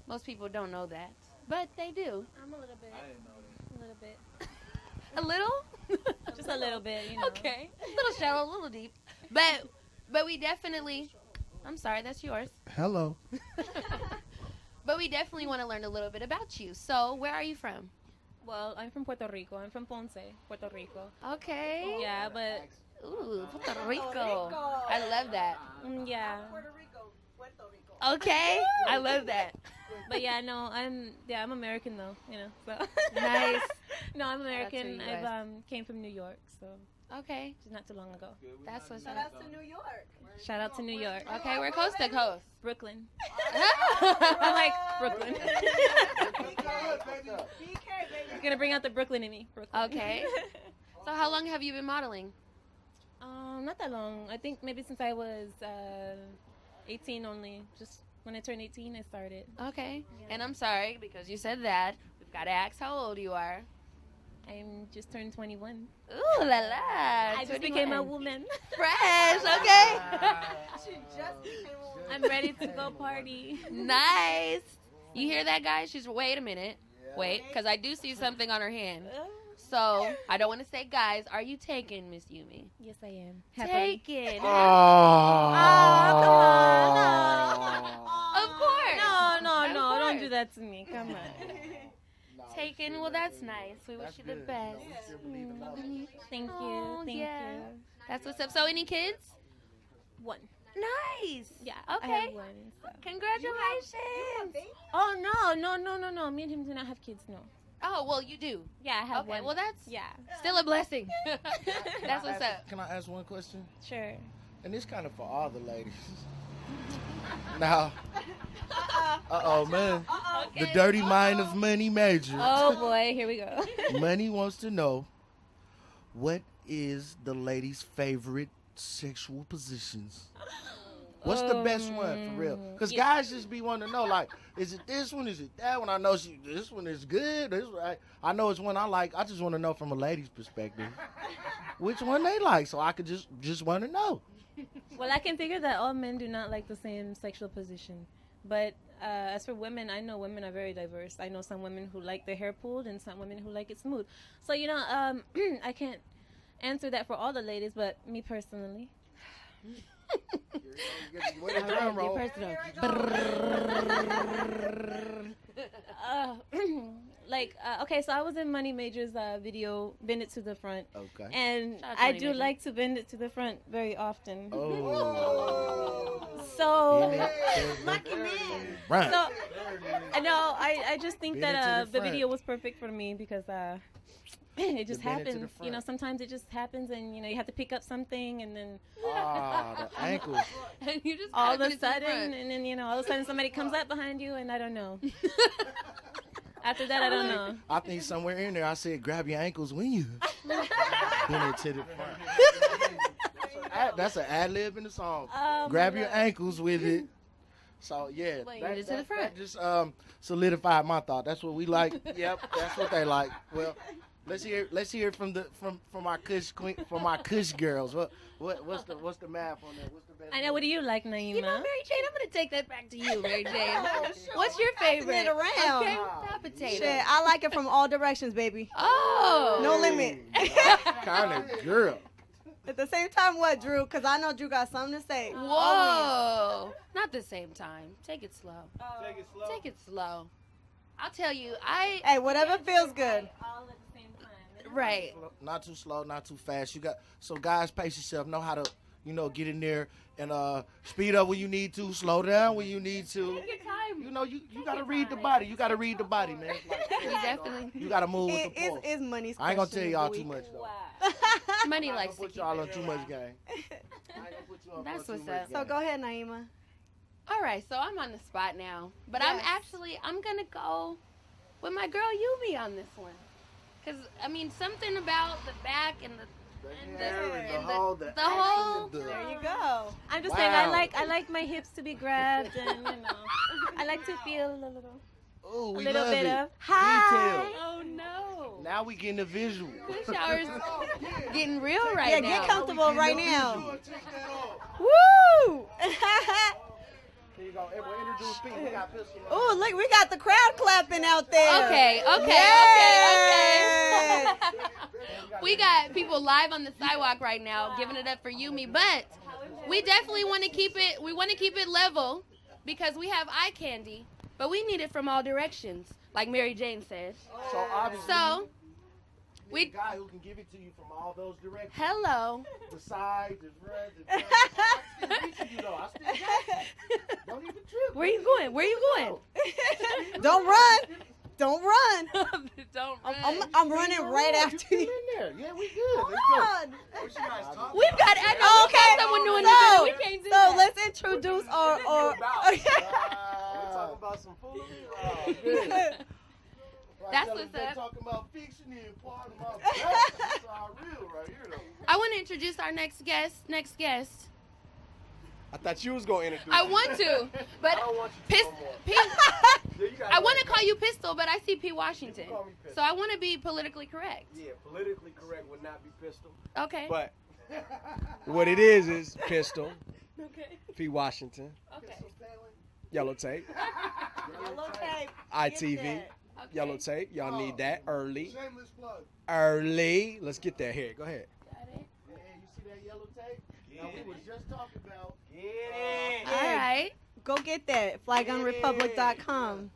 Most people don't know that, but they do.
I'm a little bit. I didn't know that. A little bit.
A little?
Just a little bit, you know.
Okay. A little shallow, a little deep. But but we definitely I'm sorry, that's yours.
Hello.
But we definitely want to learn a little bit about you. So, where are you from?
Well, I'm from Puerto Rico. I'm from Ponce, Puerto Rico.
Okay.
Yeah, but
Ooh, Puerto Rico. I love that.
Mm, yeah.
Okay. I love that.
But yeah, no, I'm yeah, I'm American though, you know. So
Nice.
no, I'm
out to
American.
you
I've
guys.
um came from New York, so
Okay.
Just not too long ago.
That's what's
Shout
up.
out
New York.
Shout out to New York.
Okay, we're coast to coast.
Brooklyn. I like Brooklyn. You're gonna bring out the Brooklyn in me. Brooklyn.
Okay. So, how long have you been modeling?
um, not that long. I think maybe since I was uh, 18 only. Just when I turned 18, I started.
Okay. And I'm sorry because you said that. We've got to ask how old you are.
I'm just turned 21.
Ooh la la.
I just became a
21.
woman.
Fresh, okay?
She just became a woman.
I'm ready to go party.
nice. You hear that, guys? She's wait a minute, wait, because I do see something on her hand.
Oh.
So I don't want to say, guys, are you taken, Miss Yumi?
Yes, I am.
Taken. Of course.
No, no, no.
Of
Don't
course.
do that to me. Come on.
Taken. Well, that's nice. We wish you the best.
Thank you.
Oh,
Thank
yeah.
you.
That's what's up. So, any kids?
One.
Nice.
Yeah. I
Okay.
have one, so.
Congratulations.
Oh no, no, no, no, no. Me and him do not have kids. No.
Oh well, you do.
Yeah, I have
Okay.
one.
Well, that's
yeah.
still a blessing.
Can
that's
I
what's
ask-
up.
Can I ask one question?
Sure.
And it's kind of for all the ladies. now, uh oh, man. The dirty mind of money major.
Oh boy, here we go.
Money wants to know what is the lady's favorite sexual positions? What's the best one for real?
Mm.
Because guys just be wanting to know, like, is it this one? Is it that one? I know she, this one is good. This one, I, I know it's one I like. I just want to know from a lady's perspective which one they like, so I could just just want to know.
well, I can figure that all men do not like the same sexual position. But uh, as for women, I know women are very diverse. I know some women who like their hair pulled and some women who like it smooth. So, you know, um, I can't answer that for all the ladies, but me personally.
Wait, the drum roll.
uh, like uh, okay, so I was in Money Major's uh, video "Bend It to the Front,"
Okay.
and
Shout out to
I
Money
do
Major.
like to bend it to the front very often.
Oh.
so,
Lucky
man.
Right.
so I know I, I just think
Bend it to
that uh,
the
the
front.
video was perfect for me because uh, it just
The bend it to the
happens. you know,
front.
sometimes it just happens, and you know you have to pick up something, and then
Ah, the ankles.
and you just
all of
gotta
a
put it to the
sudden,
front.
and then you know all of a sudden somebody comes up behind you, and I don't know. After that, I don't know.
I think somewhere in there I said, grab your ankles when you. Then it to the front. Ad- That's an ad lib in the song.
Oh, my
grab your
Lord.
ankles with it. So yeah,
Wait,
that,
it to the
that-
front.
that just um, solidified my thought. That's what we like. yep, that's what they like. Well, let's hear let's hear from the from from our Kush queen from our Kush girls. What what what's the what's the math on that? What's the best?
I know. What do you like, Naima?
You know, Mary Jane, I'm gonna take that back to you, Mary Jane.
Oh,
What's your favorite?
it around.
Okay, hot potato.
Shit, I like it from all directions, baby.
Oh.
No limit.
kind of girl?
At the same time, what, Drew? Because I know Drew got something to say.
Whoa! Not the same time. Take it slow.
Uh,
Take it slow. Take it slow. I'll tell you. I.
Hey, whatever feels good.
All at the same time.
Right.
Not too slow, not too fast. You got so guys, pace yourself. Know how to you know get in there and uh speed up when you need to, slow down when you need to.
time.
You know, you, you gotta read the body. You gotta read the body, man.
We definitely.
You gotta move
It
with the
is,
flow.
is money's
I ain't gonna tell
question
y'all
of the
too
week.
much though.
Money likes to
Put
keep.
y'all on
it
too
real.
much game.
That's
too
what's
much
up.
game.
So go ahead, Naima.
All right, so I'm on the spot now, but I'm
Yes.
actually I'm gonna go with my girl Yumi on this one, cause I mean something about the back and the And
hair and the
and
whole- the
the whole.
action, the- There
you go. I'm just
Wow.
saying, I like I like my hips to be grabbed, and you know, I like to feel a little,
Ooh,
a
Oh, we
little
love
bit
it.
of
Detail.
hi. Oh no.
Now we getting the visual.
This shower's getting real right
Yeah,
now.
get comfortable
right
now.
Woo!
Here you go. Hey, well, introduce me. We got pistol.
Oh, look, we got the crowd clapping out there.
Okay, okay,
Yay!
okay, okay. we got people live on the sidewalk right now giving it up for Yumi, but we definitely want to keep it. We want to keep it level because we have eye candy, but we need it from all directions, like Mary Jane says.
So obviously,
So
we need a guy who can give it to you from all those directions.
hello.
The side, the front, the back. I still reaching you though. I still got you. Don't even trip.
Where you going? Where you going?
Don't run. Don't run.
Don't
I'm, I'm, I'm running right after you.
in there. Yeah, we good.
Run.
We've got, I know, we got someone new in the
so,
building. We can't do
so
that.
let's introduce our. our
We're Uh, talking about some foolery. Oh, good. Right,
That's
tell
what's
them they're
up.
Talking about fiction and part of my That's all real right here though.
I want to introduce our next guest. Next guest.
I thought you was gonna introduce.
I
me.
want to, but pis- P- I want to call you Pistol, but I see P Washington,
You can call me Pistol.
so I want to be politically correct.
Yeah, politically correct would not be pistol.
Okay.
But what it is is pistol.
Okay.
P. Washington.
Okay.
Yellow tape.
okay.
ITV. Yellow tape. Y'all need that early.
Shameless plug.
Early. Let's get that here. Go ahead.
Yeah, you see that yellow tape? Now we was just talking about. uh, Get
Yeah,
right.
Go get that. Flygunrepublic.com.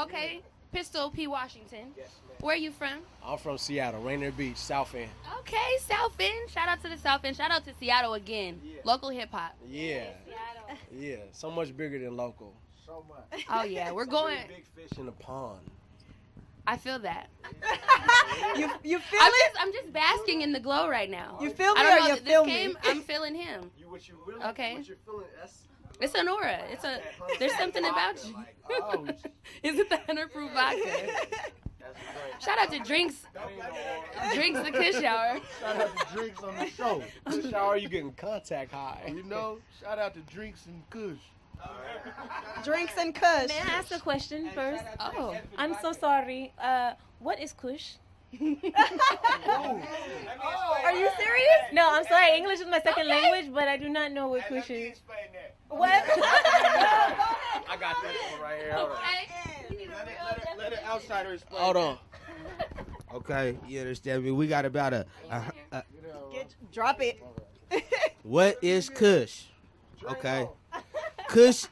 Okay, Pistol P Washington. Where are you from?
I'm from Seattle, Rainier Beach, South End.
Okay, South End. Shout out to the South End. Shout out to Seattle again. Local hip hop.
Yeah. Yeah. So much bigger than local.
So much.
Oh yeah, we're going.
Big fish in the pond.
I feel that.
you you feel
I'm it? Just, I'm just basking in the glow right now.
You feel me
I don't
or
know,
you
this
feel me?
game, I'm feeling him.
You what you really
Okay.
what you're feeling that's
It's an aura. It's a there's something about you. Is it the hunter proof vodka? Shout out to drinks. Drinks the kiss shower.
Shout out to drinks on the show.
How are you getting contact high?
You know, shout out to drinks and Kush.
Drinks and Kush.
May I ask a question first? Oh, I'm so sorry. Uh, what is Kush? Are you serious? No, I'm sorry. English is my second language, but I do not know what Kush is. What?
I got this one right here. Hold on.
Let
an outsider explain.
Hold on. Okay, you understand me? We got about a, a, a-
Get, drop it.
what is Kush? Okay, Kush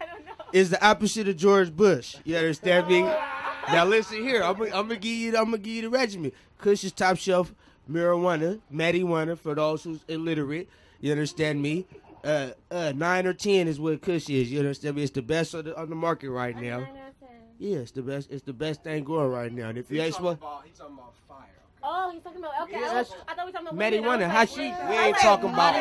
is the opposite of George Bush. You understand me? Now listen here. I'm gonna I'm gonna give you I'm gonna give you the regimen. Kush is top shelf marijuana, marijuana for those who's illiterate. You understand me? Uh, uh, nine or ten is what Kush is. You understand me? It's the best on the, on the market right now. Yeah, it's the best. It's the best thing going right now. And if you ain't smoking.
he's talking about fire.
Oh, he's talking about. Okay, I, was, I thought we were talking about.
Maddie
women. I
Wonder,
was
how
like,
she?
what?
We ain't talking about.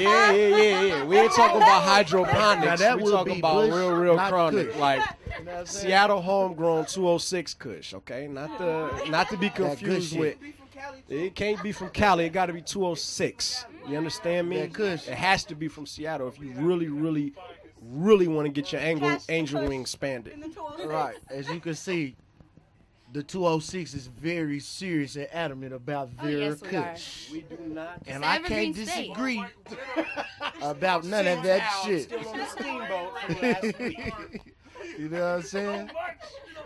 Yeah, yeah, yeah, yeah. We ain't talking about hydroponics.
Now, that
we
would
talking
be
about
Bush,
real, real
not
chronic,
Kush.
like
You know what I'm saying?
Seattle homegrown 206 Kush. Okay, not the not to be
That good
confused
shit.
with. It can't be from Cali. It got to be 206. You understand me?
That Kush.
It has to be from Seattle if you really, really, really want to get your angel angel wing expanded.
Right. As you can see, the 206 is very serious and adamant about
Oh,
their
yes, we are.
Kush.
We do not.
And I can't disagree about none of that shit. you know what I'm saying?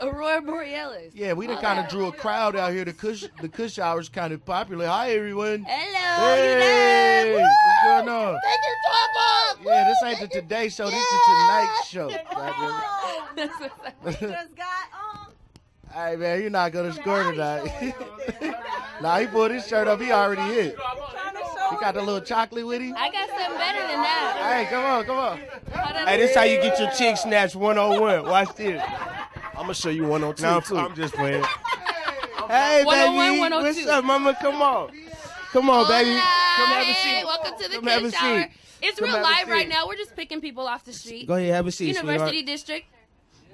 Aurora Borealis.
Yeah, we
Oh,
done
All
kind of
that.
drew a crowd out here. The Kush, the Kush hour's kind of popular. Hi, everyone.
Hello.
Hey, what's going on?
Take your top off.
Yeah, this ain't the Today Show. This is the Tonight Show. goddamn it.
Oh, we just got um.
Hey man, you're not gonna score tonight. nah, he pulled his shirt up. He already hit. He got the little chocolate with
uh,
him.
I got something better than that.
Hey, come on, come on.
Hey, this how you get your chick snatched 101. Watch this.
I'm gonna show you 102.
No, I'm, I'm just playing. Hey, baby,
101.
what's up, mama? Come on, come on, baby. Come have a
Hey,
seat.
welcome to the
Come have a
kiss shower.
seat.
It's
Come
real
have a
live right
seat.
now. We're just picking people off the street.
Go ahead, have a seat, sweetheart.
University District.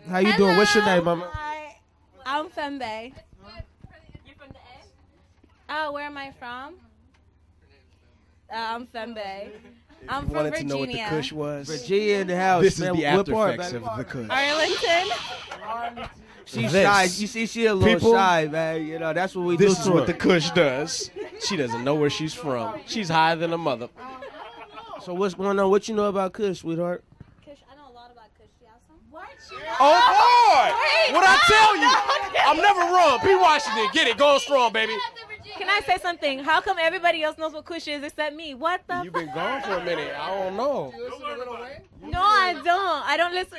How you doing? What's your name, mama?
I'm Fembe. You're from the A? Uh, where am I from? Uh, I'm Fembe. I'm from
wanted
Virginia.
to know what the
kush
was. Virginia in the house.
This is
man.
the
What
after
part,
effects
baby?
of the kush.
Arlington.
She
This.
shy. You see, she a little
People-
shy, man. You know, that's what we
This
do
is
to
what
her.
the Kush does. She doesn't know where she's from. She's higher than a mother.
So what's going on? What you know about Kush, sweetheart?
Oh boy! What I tell you? I'm never wrong. P. Washington, get it, go strong, baby.
Can I say something? How come everybody else knows what kush is except me? What the?
You've been gone for a minute. I don't know.
fu- no, I don't. I don't listen.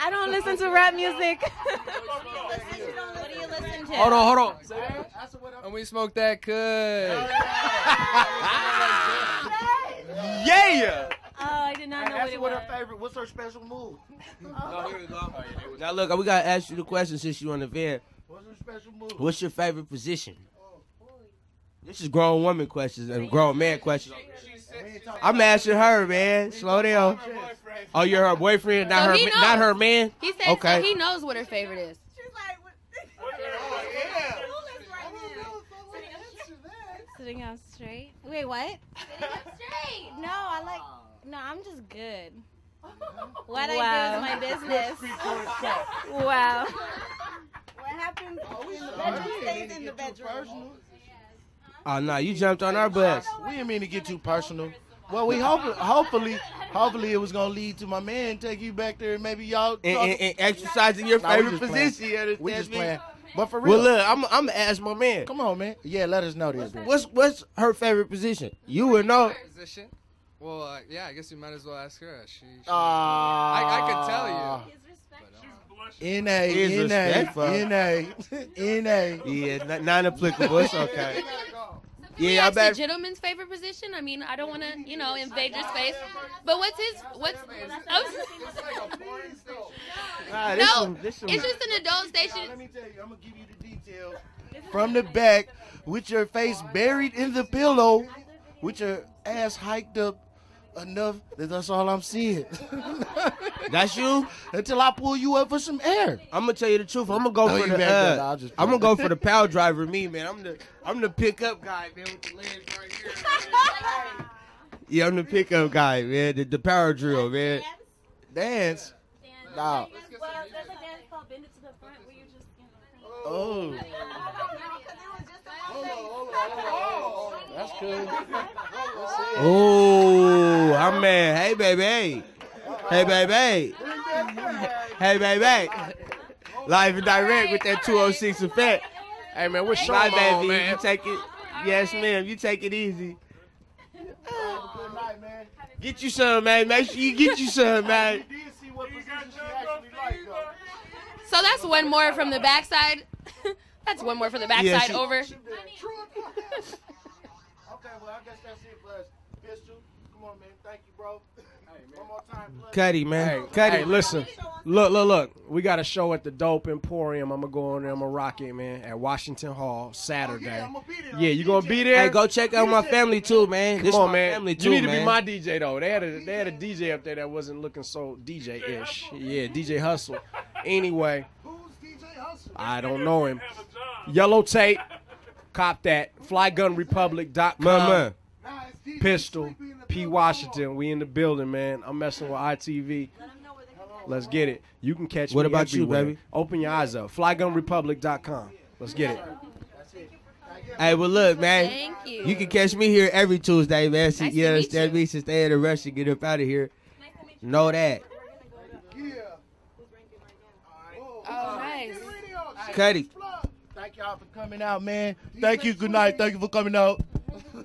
I don't listen to rap music. what do you listen to?
Hold on, hold
oh!
on. And we smoke that good.
Yeah.
Oh, I did not know
Ask
what it
what
was. Oh.
her
favorite. What's her special move?
Now look, we gotta ask you the question since you on the van.
What's her special move?
What's your favorite position? This is grown woman questions and grown man questions. I'm asking her, man. Slow down. Oh, you're her boyfriend, not
So
her,
he
ma- not
knows.
her man.
He said
okay.
so he knows what her favorite is.
Sitting up straight. Wait, what? Sitting up straight. No, I like. No, I'm just good.
Wow.
What I do is my business.
Wow. Oh,
What happens in the bedroom stays in the bedroom.
Oh no, you jumped on our bus.
We didn't mean to get too personal. Well, we hope, hopefully, hopefully it was gonna lead to my man take you back there and maybe y'all
And- and- and exercising your
Nah, we
favorite
just playing.
position, you understand
We just
me?
playing. But for real,
Well, look, I'm I'm gonna ask my man.
Come on, man. Yeah, let us know this.
What's what's her favorite position? You would know.
Position. Well, uh, yeah, I guess you might as well ask her. She. she
Ah.
I, I could tell you.
Na
Is
na
respectful.
na na.
Yeah, not, non-applicable. It's okay.
Yeah,
Yeah, I
that's
bet.
the gentleman's favorite position. I mean, I don't want to, you know, invade your space. But what's his? What's? oh.
Nah, this
no,
some- this some-
it's just an adult station.
Let me tell you, I'm gonna give you the detail. From the back, with your face buried in the pillow, with your ass hiked up enough that that's all I'm seeing.
That's you.
Until I pull you up for some air.
I'm gonna tell you the truth. I'm gonna go
Oh,
for
you
the.
back there.
Uh,
Nah, I'll just
I'm
play.
gonna go for the power driver. Me, man. I'm the. I'm the pickup guy, man. With the legs right here. Yeah, I'm the pickup guy, man. The, the power drill, man.
Dance. Nah.
Well, there's a dance called Bend It to the Front where you just, you know.
Oh.
That's cool. Oh, I'm man. Hey, baby. Hey, baby. Hey, baby. Live and direct with that 206 effect. Hey, man, what's
your
My
mom,
baby,
man?
you take it. Yes, ma'am. You take it easy.
Good night, man.
Get you some, man. Make sure you get you some, man.
So that's one more from the backside. that's one more from the
Yeah,
backside
she-
over.
Okay, well, I guess that's it, Buzz. Pistol, come on, man. Thank you, bro. One more time, Buzz.
Cuddy, man.
Hey,
Cuddy.
hey, listen. Look, look, look. We got a show at the Dope Emporium. I'm gonna go on there. I'm gonna rock it, man. At Washington Hall Saturday. yeah, you gonna be there?
Hey, go check out my family too, man.
Come
This
on,
my
man.
family too,
you need to
man.
be my DJ though. They had a they had a DJ up there that wasn't looking so DJ ish. Yeah, DJ Hustle. Anyway, I don't know him. Yellow tape, cop that. Flygunrepublic.com.
Mama.
Pistol, P. Washington. We in the building, man. I'm messing with ITV. Let's get it. You can catch
What
me
about you,
everywhere.
baby?
Open your eyes up. Flygunrepublic.com. Let's get it.
Hey, well, look, man.
Thank you.
You can catch me here every Tuesday, man. See,
Nice
you
to meet
understand me? Since they had a rush to get up out of here. Know that.
Oh, nice.
Cuddy.
Thank y'all for coming out, man. Thank you. Good night. Thank you for coming out.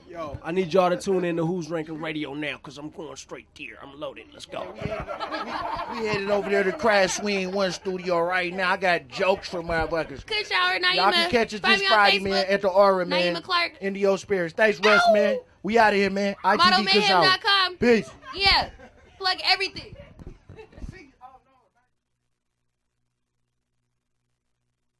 Yo, I need y'all to tune in to Who's Ranking Radio now because I'm going straight there. I'm loaded. Let's go.
We headed over there to Crash Swing One Studio right now. I got jokes for motherfuckers.
Good shower, Naima.
Y'all can catch us
Find
this
me on
Friday,
Facebook.
man, at the Aura, man.
Naima Clark.
Indio Spirits. Thanks, West, man. We out of here, man. ITV Kush Hour.
ModelMayhem.com.
Peace.
Yeah. Plug everything.
uh,